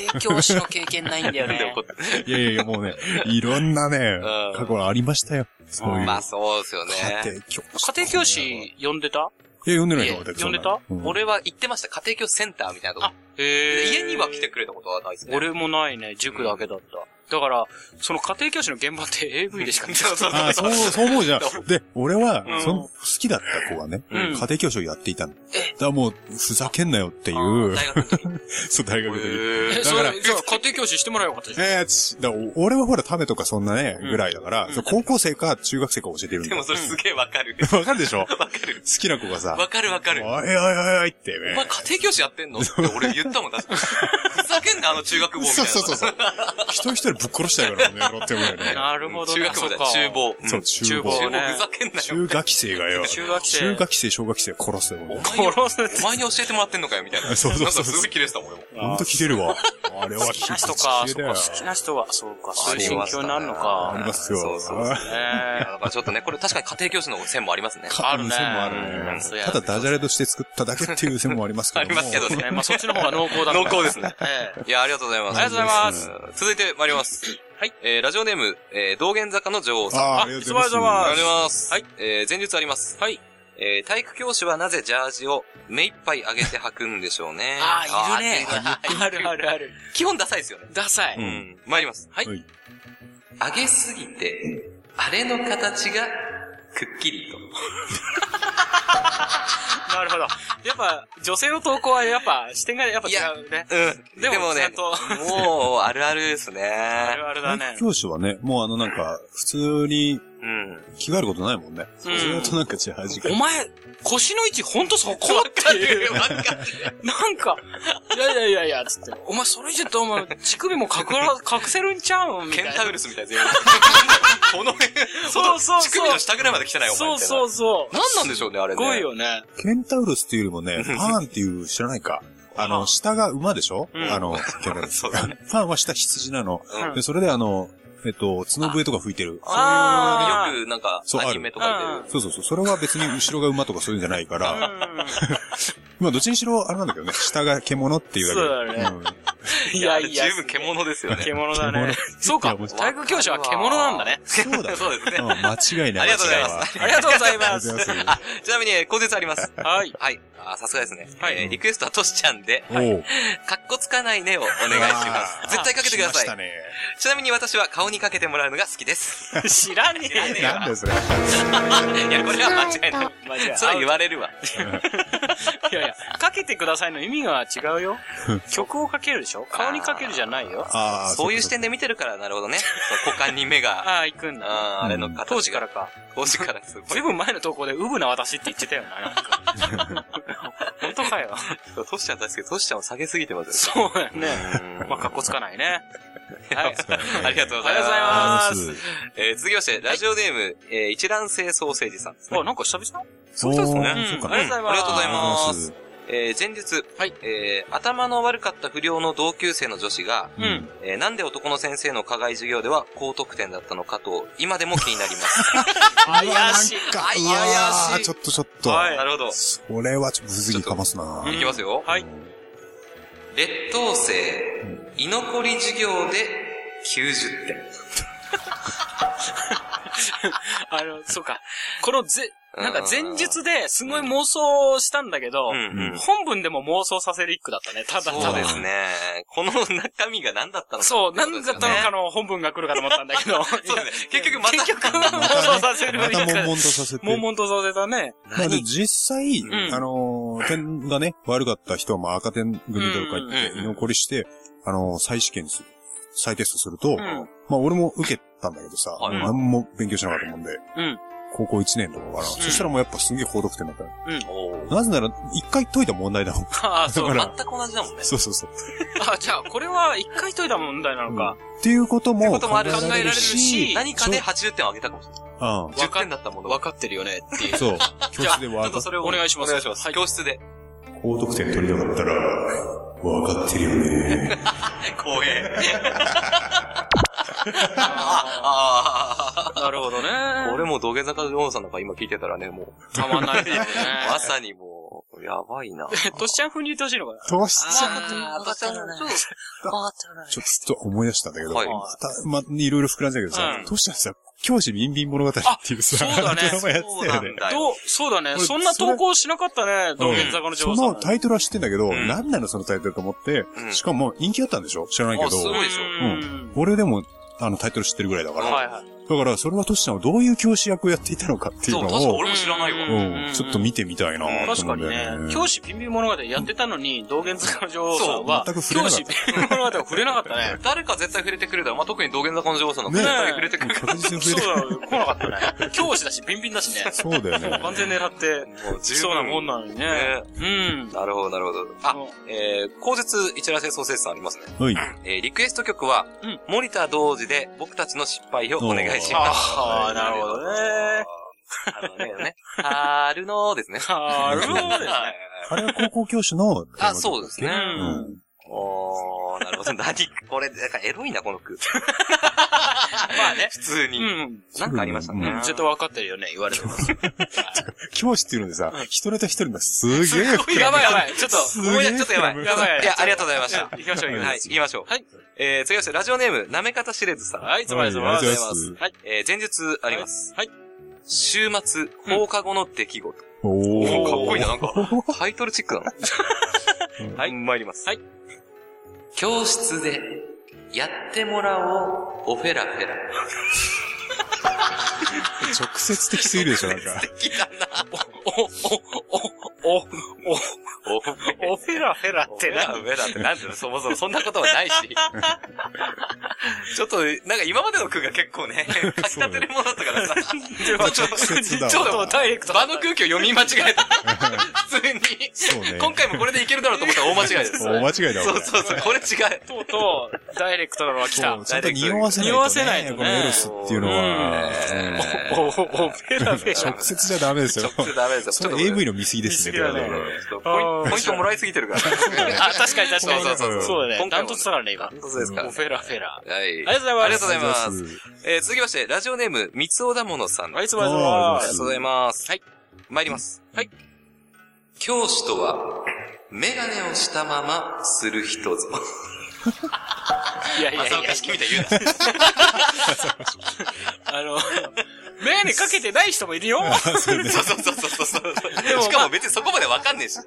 S4: 庭教師の経験ないんだよ
S7: なんで
S4: ね
S7: 怒。って
S5: いやいやいや、もうね、いろんなね
S7: う、ん
S5: 過去がありましたよ。そういう。
S7: まあそうですよね。
S5: 家庭教師。
S4: 家庭教師呼んでた
S5: いや、読んでない
S7: い
S5: よ
S7: や、
S4: 読んでた
S5: そんなのうん
S7: 俺は行ってました。家庭教師センターみたいなとこ
S4: あ。、へえ。
S7: 家には来てくれたことはないですね。
S4: 俺もないね、塾だけだった。だから、その家庭教師の現場って AV でしか 見たことない。
S5: ああ、そう、そう思うじゃん。で、俺は
S4: うん、
S5: その、好きだった子がね、
S4: うん
S5: 家庭教師をやっていたの。だからもう、ふざけんなよってい
S7: あ
S5: う、
S7: 大学の時。
S5: そう、大学で。
S7: へ
S4: え、
S5: だ
S4: そ
S5: か
S4: れ
S5: ら、
S4: じゃあ家庭教師してもらえばよかったじゃん。
S5: えーちだから俺はほら、ためとかそんなね、ぐらいだから、そう高校生か中学生か教えてるん
S7: ー
S5: だ
S7: で
S5: よ
S7: も。それすげえわかる。
S5: わかるでしょ
S7: わかる
S5: 好。きな子がさ、
S7: わかるわかる。
S5: おいおいおいおいって
S7: お
S5: ね。
S7: 前家庭教師やってんのって俺言ったもん、確かに。ふざけんな、あの中学坊みたい
S5: そう
S7: な。
S5: そうそうそう。一人一人ぶっ殺したいからね、やろって思う よね。
S4: なるほど
S7: 中
S4: ね。
S7: 学
S4: そ
S7: 部
S4: う
S7: だ
S4: か
S7: よ、厨。房。
S5: そうう、
S7: ん
S5: 中
S4: 中
S5: 高
S4: 高。
S7: 厨
S4: ね
S7: 房ふざけんなよ。
S5: 中学生がよ。
S4: 中学生
S5: 中学生、小学生殺すよ、ね。
S7: お前に
S4: 殺す
S7: お前に教えてもらってんのかよ、みたい な。
S5: そうそうそう
S7: なんかすぐ切れてたもん、俺も。
S5: ほんと切れるわ。あれは
S4: 好
S5: ひ
S4: きな
S5: ど
S4: 人
S5: い
S4: か、
S5: 切
S4: そ
S5: れ
S4: う
S5: だ
S4: か、
S5: よ。
S4: 好きな人が、そうか、そう
S7: あ
S4: いう
S7: り
S4: 心
S7: ました
S4: 境
S7: ね
S4: になるの
S5: あり
S4: か。
S5: ますよ。
S7: そうそうそう
S5: あー
S4: え
S7: いやだからちょっとね、これ確かに家庭教師の線もありますね。
S4: あるね
S5: 線もある
S4: う
S5: ね
S4: んそうや。
S5: ただダジャレとして作っただけっていう線もありますけども。
S7: ありますけど
S4: え
S7: ね。
S4: まあそっちの方が濃厚だから
S7: 濃厚ですね。
S4: ええ
S7: いや、ありがとうございます。
S4: ありがとうございます
S7: うん。続いて参ります。はい。えー、ラジオネーム、えー、道玄坂の女王さん。
S5: あー、
S4: あ
S5: ありがとうござい
S4: いつもあ
S5: ま
S4: りがとうござ
S5: す。
S7: あ
S4: い
S7: ります。
S4: は
S7: はいい。えー、前述あります。
S4: はい。。
S7: えー、体育教師はなぜジャージを目いっぱい上げて履くんでしょうね
S4: ああ、いるね。あるあるある。
S7: あー。基本ダサいですよね。
S4: ダサい。
S5: う
S7: うんん。参ります。はい。
S5: はい
S7: 上げすぎて、あれの形が、くっきりと。
S4: なるほど。やっぱ、女性の投稿はやっぱ、視点がやっぱ違うね。
S7: うん。
S4: で
S7: で
S4: も
S7: も
S4: ちゃ
S7: ね
S4: んと、
S7: もう、あるあるです
S4: あ
S7: ね。
S4: るあるだ
S5: 体
S4: ね
S5: 育。教師はね、もうあのなんか、普通に
S7: うん。
S5: 着替えることないもんね。ずーっとなんかジャージが
S4: お前、腰の位置ほんとそこっていう。なんか、いやいやいやいや、つって。お前それじゃどうも、乳首も隠ら、隠せるんちゃうんみた
S7: ケ
S4: い
S7: ン
S4: な。
S7: タウルスみたいですよ。 この辺、
S4: そうそうそう
S7: 乳首の下ぐらいまで来てないお前
S4: そ
S7: み
S4: う
S7: たいな。
S4: そう
S7: う。
S4: そう。
S7: 何なんでしょうね、あれ
S4: す
S7: ね。
S4: ごい。よね。
S5: ケンタウルスっていうよりもね、パーンっていう、知らないか。あの、下が馬でしょ
S4: うん
S5: あ の、ケンタウルス。
S7: そう
S5: パ
S7: だ
S5: ーンは下羊なの
S4: うん。
S5: でそれであの、えっと、角笛とか吹いてる。
S4: あー
S7: よく、なんか、
S5: そう
S7: アニメとか
S5: そうそうそう。それは別に後ろが馬とかそういうんじゃないから、
S4: うん
S5: まあ、どっちにしろ、あれなんだけどね、下が獣っていうだけで。
S4: そうだ
S5: ね。
S7: で。
S4: いやいや
S7: 十分獣ですよね。
S4: 獣だね。そうか、体育教師は獣なんだね。
S5: そうだね。
S7: そうですね
S5: ん。間違いない。
S7: ありがとうございます
S5: 間違
S4: ありがとうござい
S5: あ
S4: ま
S5: りが
S4: す
S5: とうご。ざいま
S7: あ、ちなみに、えー口述あります。
S4: はい。
S7: はい。あー、さすがですね。
S4: は
S7: はいい。えーリクエストはトシちゃんで、
S5: おう。
S7: かっこつかないねをお願いします
S5: あ。ー
S7: 絶対かけてくだ
S5: 来まし
S7: さ
S5: た
S7: い。
S5: ね。
S7: ちなみに私は顔にかけてもらうのが好きです。
S4: 知らねえね。
S5: なんだよそれ。
S7: いや、これは間 違いない。
S4: まあじゃあ
S7: それは言われるわ。
S4: いやいや、かけてくださいの意味が違 うよ。曲をかけるでしょ顔にかけるじゃないよ。
S5: ああ、
S7: そういう視
S5: 点。
S7: 点で見てるから、なるほどね。そう股間に目が。
S4: ああ、行くんだ。
S7: あーあれの形が。
S4: 当時から。か。
S7: 当時からすごい。
S4: ずいぶん前の投稿で、うぶな私って言ってたよな、なんか。 本当かよ。
S7: そうトシちゃんですけど、トシちゃんを下げすぎてますよ
S4: そうだよね。
S7: うん
S4: まあ、かっこつかないね。はい。
S7: ありがとうござい
S4: あ
S7: ま
S5: あ
S4: りがとうござい
S5: ます。
S7: す。えー、続きまして、ラジオネーム、えー、一卵性ソーセージさんですね。
S4: あ、なんか久々
S5: そう
S7: ですね
S5: ね
S4: うん
S5: そうか
S4: ありがとうございます
S7: んありがとうございま
S5: ありがとうございます
S7: す。えー、前日、
S4: はい
S7: えー、頭の悪かった不良の同級生の女子が、
S4: うん。
S7: えー、なんで男の先生の課外授業では高得点だったのかと、今でも気になります。
S4: 怪しい。
S5: あい
S7: 怪
S5: や
S7: しい
S5: ちょっとちょっと。
S4: はい
S7: なるほど。
S5: それはちょっとむずいかますな。
S4: うん
S7: いきますよ。
S4: はい。
S7: 劣等生、居残り授業で90点。
S4: あの、そうか。このぜ、なんか前述ですごい妄想したんだけど、
S7: うんうん
S4: 本文でも妄想させる一句だったね。ただ
S7: そ
S4: た
S7: う
S4: だ
S7: で。すね。この中身が何だったのか。
S4: そう、なんだったのかの本文が来るかと思ったんだけど。
S7: そう ですね。結局また、
S4: 結局、妄想させる
S5: ま
S4: 一
S5: た
S4: 句。
S5: 悶々とさせて。
S4: 悶々とさせたね。
S5: まあで、実際、
S4: ん
S5: あのー点がね、悪かった人は、まあ、赤点組とか言っ
S7: う
S5: て、
S7: んうん
S5: 居残りして、あのー再試験する、再テストすると、
S4: ん
S5: まあ、俺も受けたんだけどさ、
S7: はい
S5: 何も勉強しなかったもんで、
S4: うん
S5: 高校1年とかかな。そしたらもうやっぱすげえ高得点だったよ。
S7: おー
S5: なぜなら、一回解いた問題だもん。
S4: ああ、そう。
S5: だか
S4: あ
S5: ら
S6: 全く同じだもんね。
S5: そうそうそう。
S4: あ、じゃあ、これは一回解いた問題なのか。
S5: っていうこと
S6: って
S5: も
S6: こともある
S5: 考えられるし、
S7: 何かで80点を上げたかもしれない。
S5: うん。
S4: わ
S7: 10
S4: か
S7: 点だったもの
S4: 分
S7: は。
S4: かってるよねっていう。
S5: そう。教室
S4: ち
S5: で
S4: ょ
S5: わ
S4: っ
S5: か
S4: と
S5: っ
S4: それをお願いします。
S7: お願いします。
S4: はい
S7: 教室で。
S5: 高得点取りなかったら、わかってるよね。
S7: 光栄。ああ、
S4: なるほどね。
S7: ああ。俺も土下座かジョーンさんなんか今聞いてたらね、もう、
S4: たまんないよね。
S7: まさにもう、やば いな。
S4: としちゃん風に言ってほしいのかな
S5: どうし
S6: あー、
S7: ちょっと
S6: ちょっと、わかってるね
S5: ちょっと思い出したんだけど、
S7: はい
S5: たま、いろいろ膨らんだけどさ
S4: う、ん
S5: どうしたらさ、教師ビンビン物語っていうさ、
S4: あそうだね
S5: ドラマや ってたよね。
S7: だ
S4: どう、そうだね。
S5: 俺
S4: そんな投稿しなかったね。
S5: それ
S4: 道玄坂の女
S5: そ
S4: 王さん。
S5: のタイトルは知ってんだけど、
S7: ん
S5: 何なのそのタイトルと思って、
S7: うん
S5: しかも人気だったんでしょ知らないけ
S7: あす
S5: ど
S7: ご、いでしょ
S4: うん。
S5: 俺でも、あの、タイトル知ってるぐらいだから、
S4: はいはい。
S5: だから、それはトシちゃんはどういう教師役をやっていたのかっていうの
S7: そう確か
S5: を、
S7: 俺も知らないわ
S5: うん、ちょっと見てみたいなと
S4: 確
S5: 思
S4: か
S5: うん
S4: に
S5: だ
S4: ね
S5: よね。。
S4: 教師ピンピン物語やってたのに、道玄坂の女王さんは、
S5: そう全く触れ
S4: 教
S5: なか
S4: 師
S5: っ
S4: ピンピン物語は触れなか ったね。
S7: 誰か絶対触れてくれた。まあ、特に道玄坂の女王さんの
S5: ね
S7: 絶対触れてくれる。
S5: 確実に
S4: そう
S5: 増え
S4: だ、来なかったね。教師だし、ビンビンだしね。
S5: そうだよね。
S4: 完全狙って、
S7: もう
S4: きそうなもんなのにね。
S7: ね。
S4: うん。
S7: なるほど、なるほど。あ、えー、口述一覧性創生さんありますね。
S5: はい。
S7: えー、リクエスト曲は、
S4: うん
S7: モニター同時で僕たちの失敗をお願いします。
S4: ああ、なるほどね。
S7: あのね、ね。あるの ーですね。
S4: あるほどですね。
S5: あれは高校教師の、
S7: あ、そうですね。
S4: うん。
S7: おー、なる ほど。何これ、なんかエロいな、この句。
S4: まあね。
S7: 普通に。
S4: うん。
S7: なんかありましたね。
S5: うん
S4: 絶対分かってるよね、言われても。
S5: 教師っていうのでさ、一ネタ一人がすげえ膨ら
S4: や
S5: む
S4: ばいやばい。ちょっと。
S5: す
S7: ご
S5: げ
S7: め
S5: え
S7: んなさいちょっとやばい
S5: 膨らむ
S4: やばい。
S7: いや、ありがとうございました。
S4: 行きましょう、行きましょう
S7: はい、行きましょう。
S4: はい。
S7: えー、次はラジオネーム、なめかたしれずさん。
S4: はい、いつもありがとうございます。はい。
S7: えー、前述あります。
S4: はい。
S7: 週末、放課後の出来事。
S5: お
S7: おーかっこいい
S5: な。
S7: な、なんか。タイトルチックだな。はい、参ります。
S4: はい。
S7: 教室で、やってもらおう、オフェラフェラ。
S5: 直接的すぎるでしょ、なんか。
S4: お、お、
S7: オフェ
S4: お、おフェラフェラって
S7: ラ
S4: な。
S7: フェラってなんだよ、そもそもそんなことはないし。ちょっと、なんか今までの句が結構ね、書き立てるものだったからさ。ちょっと、
S5: 接だわ
S7: ちょっと
S4: ダイレクト。
S7: 場の空気を読み間違えた。普通に。
S5: そうね。
S7: 今回もこれでいけるだろうと思ったら大間違いです。
S5: 大間違いだ
S7: そう
S5: わ。
S7: そうそう、これ違う。
S4: とうとう、ダイレクトなのが来た。
S5: そうちゃんと匂わせないとね。
S4: 匂わせないとね
S5: このエロスっていうのは、
S4: お、お、お、フェラフェラ
S5: 直。接じゃダメですよ。
S7: ちょっとダメですよ。
S5: それ
S7: ちょっと
S5: AV の見過ぎですね、
S4: 見過ぎだね
S5: これ
S7: ちょっとポインポイントもらいすぎてるから。
S4: あ、確かに確かに。
S7: そうそうそう
S4: そうだね。
S7: 今回
S4: ダン
S7: も
S4: トツだからね、今。
S7: 本当ですから
S4: お、
S7: ね。
S4: フェラフェラ。
S7: はい。
S4: ありがとうございます
S7: ありがとうございま
S5: ありがとうござい
S7: す。えー続きまして、ラジオネーム、三つおだものさん。
S4: はい、いつもありがとうございま
S7: あり
S4: す
S7: が。とうございます。
S4: はい。
S7: 参ります。
S4: はい。
S7: 教師とは、メガネをしたままする人ぞ。
S4: いやいやいや。
S7: みたい言うな。
S4: あの、メガネかけてない人もいるよ。
S7: そうそうそうそう
S4: でも
S7: そう。しかも別にそこまでわかんねえし。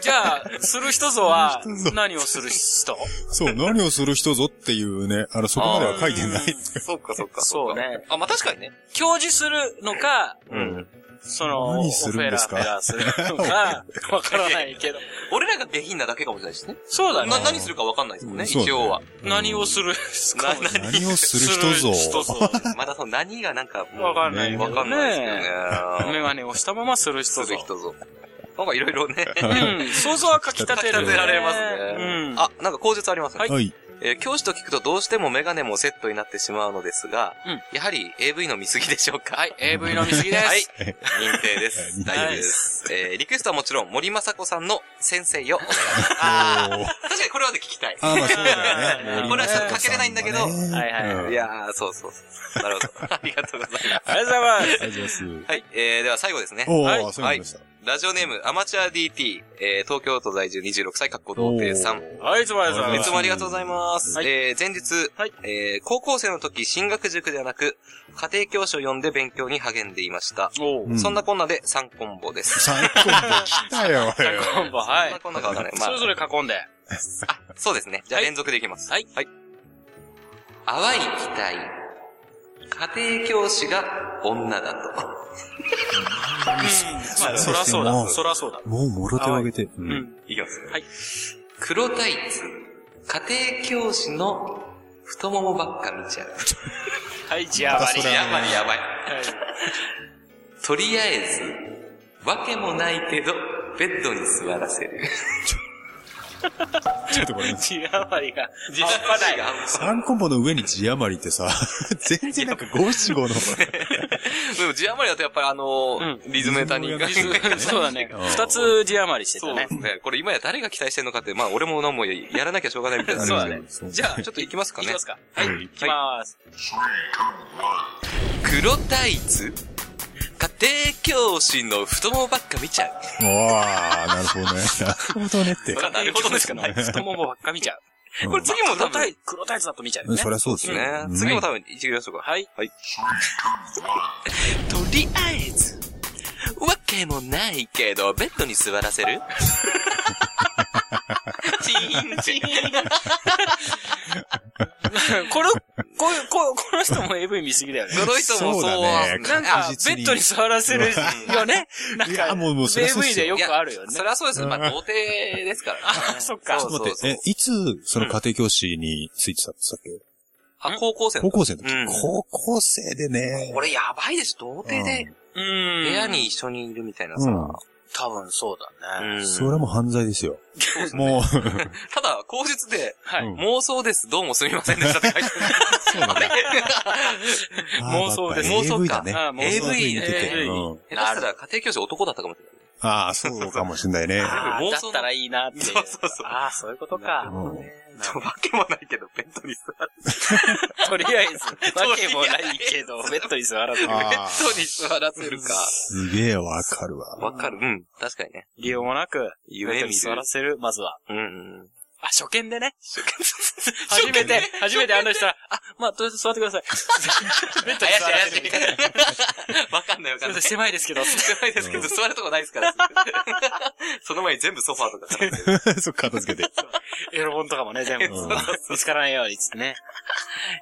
S4: じゃあ、する人ぞは、何をする人
S5: そう、何をする人ぞっていうね、あの、そこまでは書いてない。
S7: そっかそっか。
S4: そうね。
S7: あ、まあ確かにね。
S4: 教授するのか、
S7: うん。
S4: その、
S5: 何するんですか
S4: オペラオペラするのか、わからないけど。
S7: 俺らが下品なだけかもしれないしね。
S4: そうだ
S7: な、
S4: ね。
S7: 何するかわかんないですもんね、
S5: うん
S7: 一
S5: そうね
S7: 応は。
S4: 何をするすか
S7: な何
S5: 何をする人ぞ。
S4: する人ぞ。
S7: まだその何がなんか、
S4: わかんないけど
S7: わ
S4: ね
S7: かんないですけど
S4: メ
S7: ね。
S4: ガネをしたままする人
S7: す
S4: ぞ
S7: る。人ぞ。なんかいろいろ ね。
S4: うん。想像はかき立てる、
S7: 立てられますね。
S4: うん。あ、
S7: あ、なんか口述ありますね。
S4: はい
S5: はい。
S7: えー教師と聞くとどうしてもメガネもセットになってしまうのですが、
S4: うん
S7: やはり AV の見過ぎでしょうかはい、
S4: AV の見過ぎで
S7: はい
S4: す。、
S7: 認定です。大丈夫です。えーリクエストはもちろん森雅子さんの先生よ。あ
S5: おー
S7: ー確かにこれはね、聞きたい。
S5: あ、まあそうだよ ね。
S4: これはちょ
S7: っとかけれないんだけど
S4: はいはい
S5: うん
S7: いやー、そうそうそう。なるほ ど。ありがとうございます。
S4: ありがとうございます。
S5: ありがとうございます。
S7: はい、えー、では最後ですね。
S5: お
S4: は
S5: ー、
S4: い
S5: そうなりました。
S7: ラジオネーム、アマチュア DT、えー、東京都在住26歳、かっこ童貞さん。
S4: はい、いつもありがとうござい
S7: い
S4: ま
S7: つ
S4: す。
S7: もありがとうございます。
S4: はい
S7: えー、前日、
S4: はい
S7: えー、高校生の時、進学塾ではなく、家庭教師を読んで勉強に励んでいました。
S4: おう
S5: うん
S7: そんなこんなで3コンボです。
S5: 最高で来たよ、おい
S4: コンボ、は
S7: そ
S4: い
S7: んな。こんなかわかんない。ま
S4: それぞれ
S7: あ、
S4: 囲んで。
S7: そうですね。じゃあ連続でいきます。
S4: はい。
S7: はい。淡い期待。家庭教師が女だ
S4: う
S7: と。
S4: ん。まあ、そらそうだ。そらそうだ。
S5: もう、もろ手を挙げて。う
S4: うんん。
S7: いきます。
S4: はい。
S7: 黒タイツ。家庭教師の太ももばっか見ちゃう。
S4: はい、じゃあ、終わり。
S7: やばい やばい。
S4: はい
S7: とりあえず、わけもないけど、ベッドに座らせる。
S5: ちょっとこれ、
S4: 字余りが。
S7: 半端ない。
S5: 3コンボの上に字余りってさ、 全然なんか五七五の。
S7: でも、字余りだとやっぱりあのーリズムネタに。
S5: リズム
S4: そうだね
S5: うん。
S4: 二つ字余りして
S7: そ
S4: た
S7: うで
S4: ね
S7: す。ね。これ今や誰が期待してんのかって、まあ俺も何もやらなきゃしょうがないみたいな。
S4: そうだね
S5: そう
S4: じゃあ、
S7: ちょっと行きますか
S4: い
S7: ね。
S4: きますか。はい、行きます。
S7: 黒タイツ家庭教師の太ももばっか見ちゃう。
S5: おー、なるほ どね。なるほどねって。
S4: なるほどですかね。太ももばっか見ちゃう。
S7: これ次も
S4: 黒
S7: 多
S4: タ
S7: 分、
S4: イ黒タイツだと見ちゃう
S5: う
S4: よ
S5: ん、
S4: ね
S5: そ。りゃそうですよ
S7: ね。
S5: うん
S7: 次も多分、行ってみましょうか。
S4: はい。
S7: はい。
S6: とりあえず、
S7: わけもないけど、ベッドに座ら せるチーンチーン。
S4: この、こういう、こうこの人も AV 見すぎだよね。
S7: この人もそう
S5: そうだね
S4: なんか、
S5: 確実
S4: ベ
S5: に
S4: ッドに座らせるよね。なん
S5: いや
S4: か、
S5: もうもうそりゃそうっ
S4: AV
S5: すよ
S4: でよくあるよね
S7: そ。りゃそうですよ。まあ、童貞ですからね。
S4: あそっか
S7: そう
S5: 待
S7: そう
S5: っ
S7: そ
S5: て、
S7: う
S5: え、いつ、その家庭教師についてたってさっき
S7: あ、高校生の
S5: 高
S7: 時
S5: 校生の時、
S7: うん
S5: 高校生でね。
S7: これやばいでしょ童貞で
S4: うん
S7: 部屋に一緒にいるみたいな
S5: う
S7: さ。
S5: ん。
S4: 多分そうだね。
S7: うん
S5: それも犯罪ですよ。 もう、
S7: ただ、口述で、
S4: はい。
S5: うん
S7: 妄想です。どうもすみませんでしたって書いて ある。
S4: 妄想です
S5: あーやっぱ AV
S7: 妄想
S5: だ
S7: か
S5: ね。
S4: あー妄
S7: 想
S5: AV に出てる
S4: AV
S5: うん
S7: 下手したら家庭教師男だったかもしれない。
S5: ああ、そうかもしんない ね。
S4: あー
S7: 妄
S4: だ
S7: 想の
S4: ったらいいなっていう。
S7: そうそうそう
S4: ああ、そういうことか。
S5: うん
S7: わけもないけど、ベッドに座ら
S4: とりあえず、わけもないけど、ベッドに座らせる。
S5: あ
S7: せる。ベッドに座らせるか。
S5: すげえわかるわ。
S7: わかる。うん。確かにね。
S4: 理由もなく、ベッ
S7: 夢
S4: ドに
S7: 見る
S4: 座らせる、まずは。
S7: うんうん。
S4: あ、初見でね。初めて、初めて案内したら、あ、まあ、とりあえず座ってくだ さい。ベッドに座らせるみたいな。
S7: わかんないわ
S4: す
S7: か
S4: いませ
S7: んなんい。
S4: 狭いですけど。
S7: 狭いですけど、座るとこないですから。 その前に全部ソファーとか片付 けて。
S5: そう、片付けて。
S4: エロ本とかもね、全部
S5: うん。
S4: 見つからないように、つってね。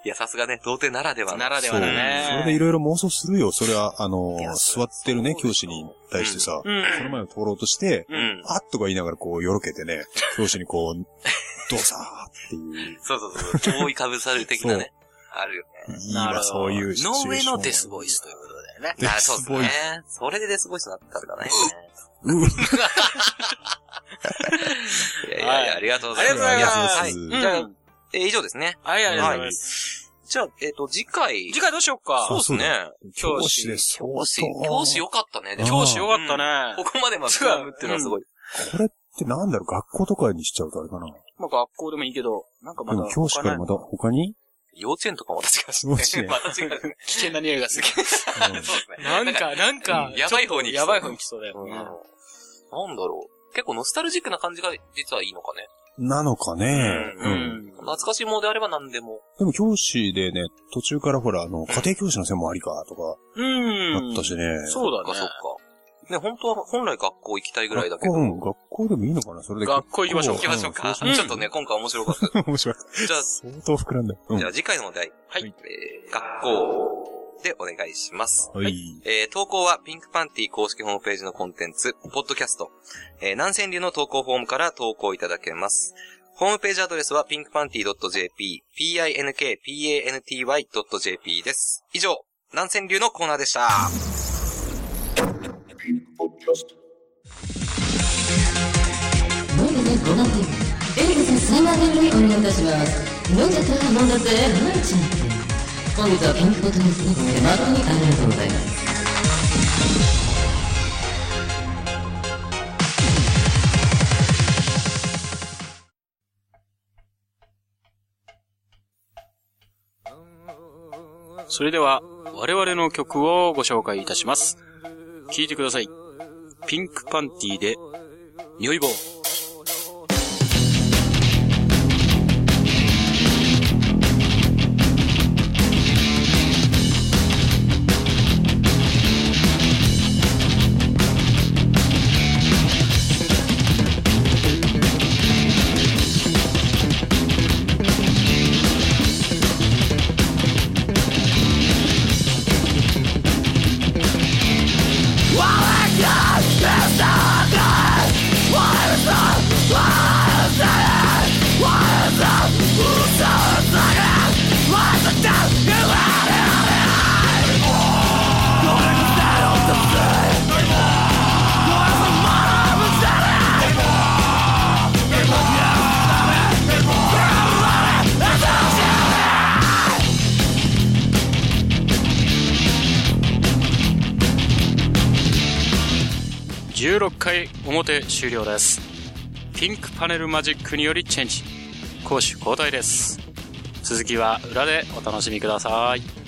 S7: いや、さすがね、童貞ならではの
S4: ならで
S5: そ
S4: は
S5: う。そ
S4: だ
S5: れでい
S4: ね。
S5: ろいろ妄想するよ。それは、あの
S7: いや、
S5: 座ってるね、教師に対してさ、
S4: うん
S5: その前を通ろうとして、
S7: うん。
S5: あっとか言いながらこう、よろけてね、教師にこう、どうさーっていう。
S7: そうそうそう。 覆いかぶさる的なね。あるよね。
S5: いいわ、そういうシチュエーション。
S4: ノーウェイのデスボイスということだよね。
S5: デ
S7: あそう
S5: ス
S7: です
S5: ボイス。
S7: ね。それでデスボイスになったんだね。
S5: うわ
S7: いやいやいや、ありがとうございます。
S4: ありがとうご
S5: ざいます
S7: は
S4: うん
S7: じゃあ、えー以上ですね。
S4: はい、ありがとうございます。
S7: じゃあ、えっと、次回。
S4: 次回どうしようか。
S5: そう
S7: そうですね。
S5: 教師です。
S7: 教師、教師良かったね。で
S5: う
S7: も
S5: ん
S4: 教師よかったね。
S7: ここまでまあ、スラムっていうのはすごい。
S5: これってなんだろう、学校とかにしちゃうとあれかな。
S4: まあ学校でもいいけど、なんかま
S5: で
S4: だ
S5: も教師からまた他に
S7: 幼稚園とかも確か
S5: 幼稚園
S7: また違う。そうで
S4: 危険な匂いがする。
S7: すね。
S4: なん か、なんか、
S7: やばい方に行きそう
S4: やばい方に来そうだ
S7: う
S4: よ
S7: ん
S4: ね。
S7: なんだろう。結構ノスタルジックな感じが実はいいのかね。
S5: なのかね。
S7: う
S4: うん。
S7: 懐かしいものであれば何でも。
S5: でも教師でね、途中からほら、あの、家庭教師の専門ありかとか、
S4: うん。
S5: あったしね。
S4: そうだ
S7: そっ
S4: ね。
S7: かそっか。ね、本当は本来学校行きたいぐらいだけ
S5: 学校う
S7: ど。
S5: ん、学校でもいいのかなそれで。
S4: 学校行きましょう
S7: 行きましょうか。ちょっとね、今回面白 かった。
S5: うん。面白い。
S7: じゃあ、
S5: 相当膨らんだよ。うん
S7: じゃあ次回のお題。
S4: はい
S7: えー学校でお願いします。
S5: はい。
S7: えー投稿はピンクパンティ公式ホームページのコンテンツ、ポッドキャスト、えー南千流の投稿フォームから投稿いただけます。ホームページアドレスは pinkpanty.jp、pinkpanty.jp です。以上、南千流のコーナーでした。
S1: Pink Podcast.
S8: 飲んでね5万円エルです3万円にお願いいたします飲んじゃった飲んだぜ飲んちゃって本日はピンクボトルスープで誠にありがとうございます
S4: それでは、我々の曲をご紹介いたします。聴いてください。ピンクパンティーで、匂い棒。
S9: 「
S4: 16回表終了です。ピンクパネルマジックによりチェンジ。攻守交代です。続きは裏でお楽しみください。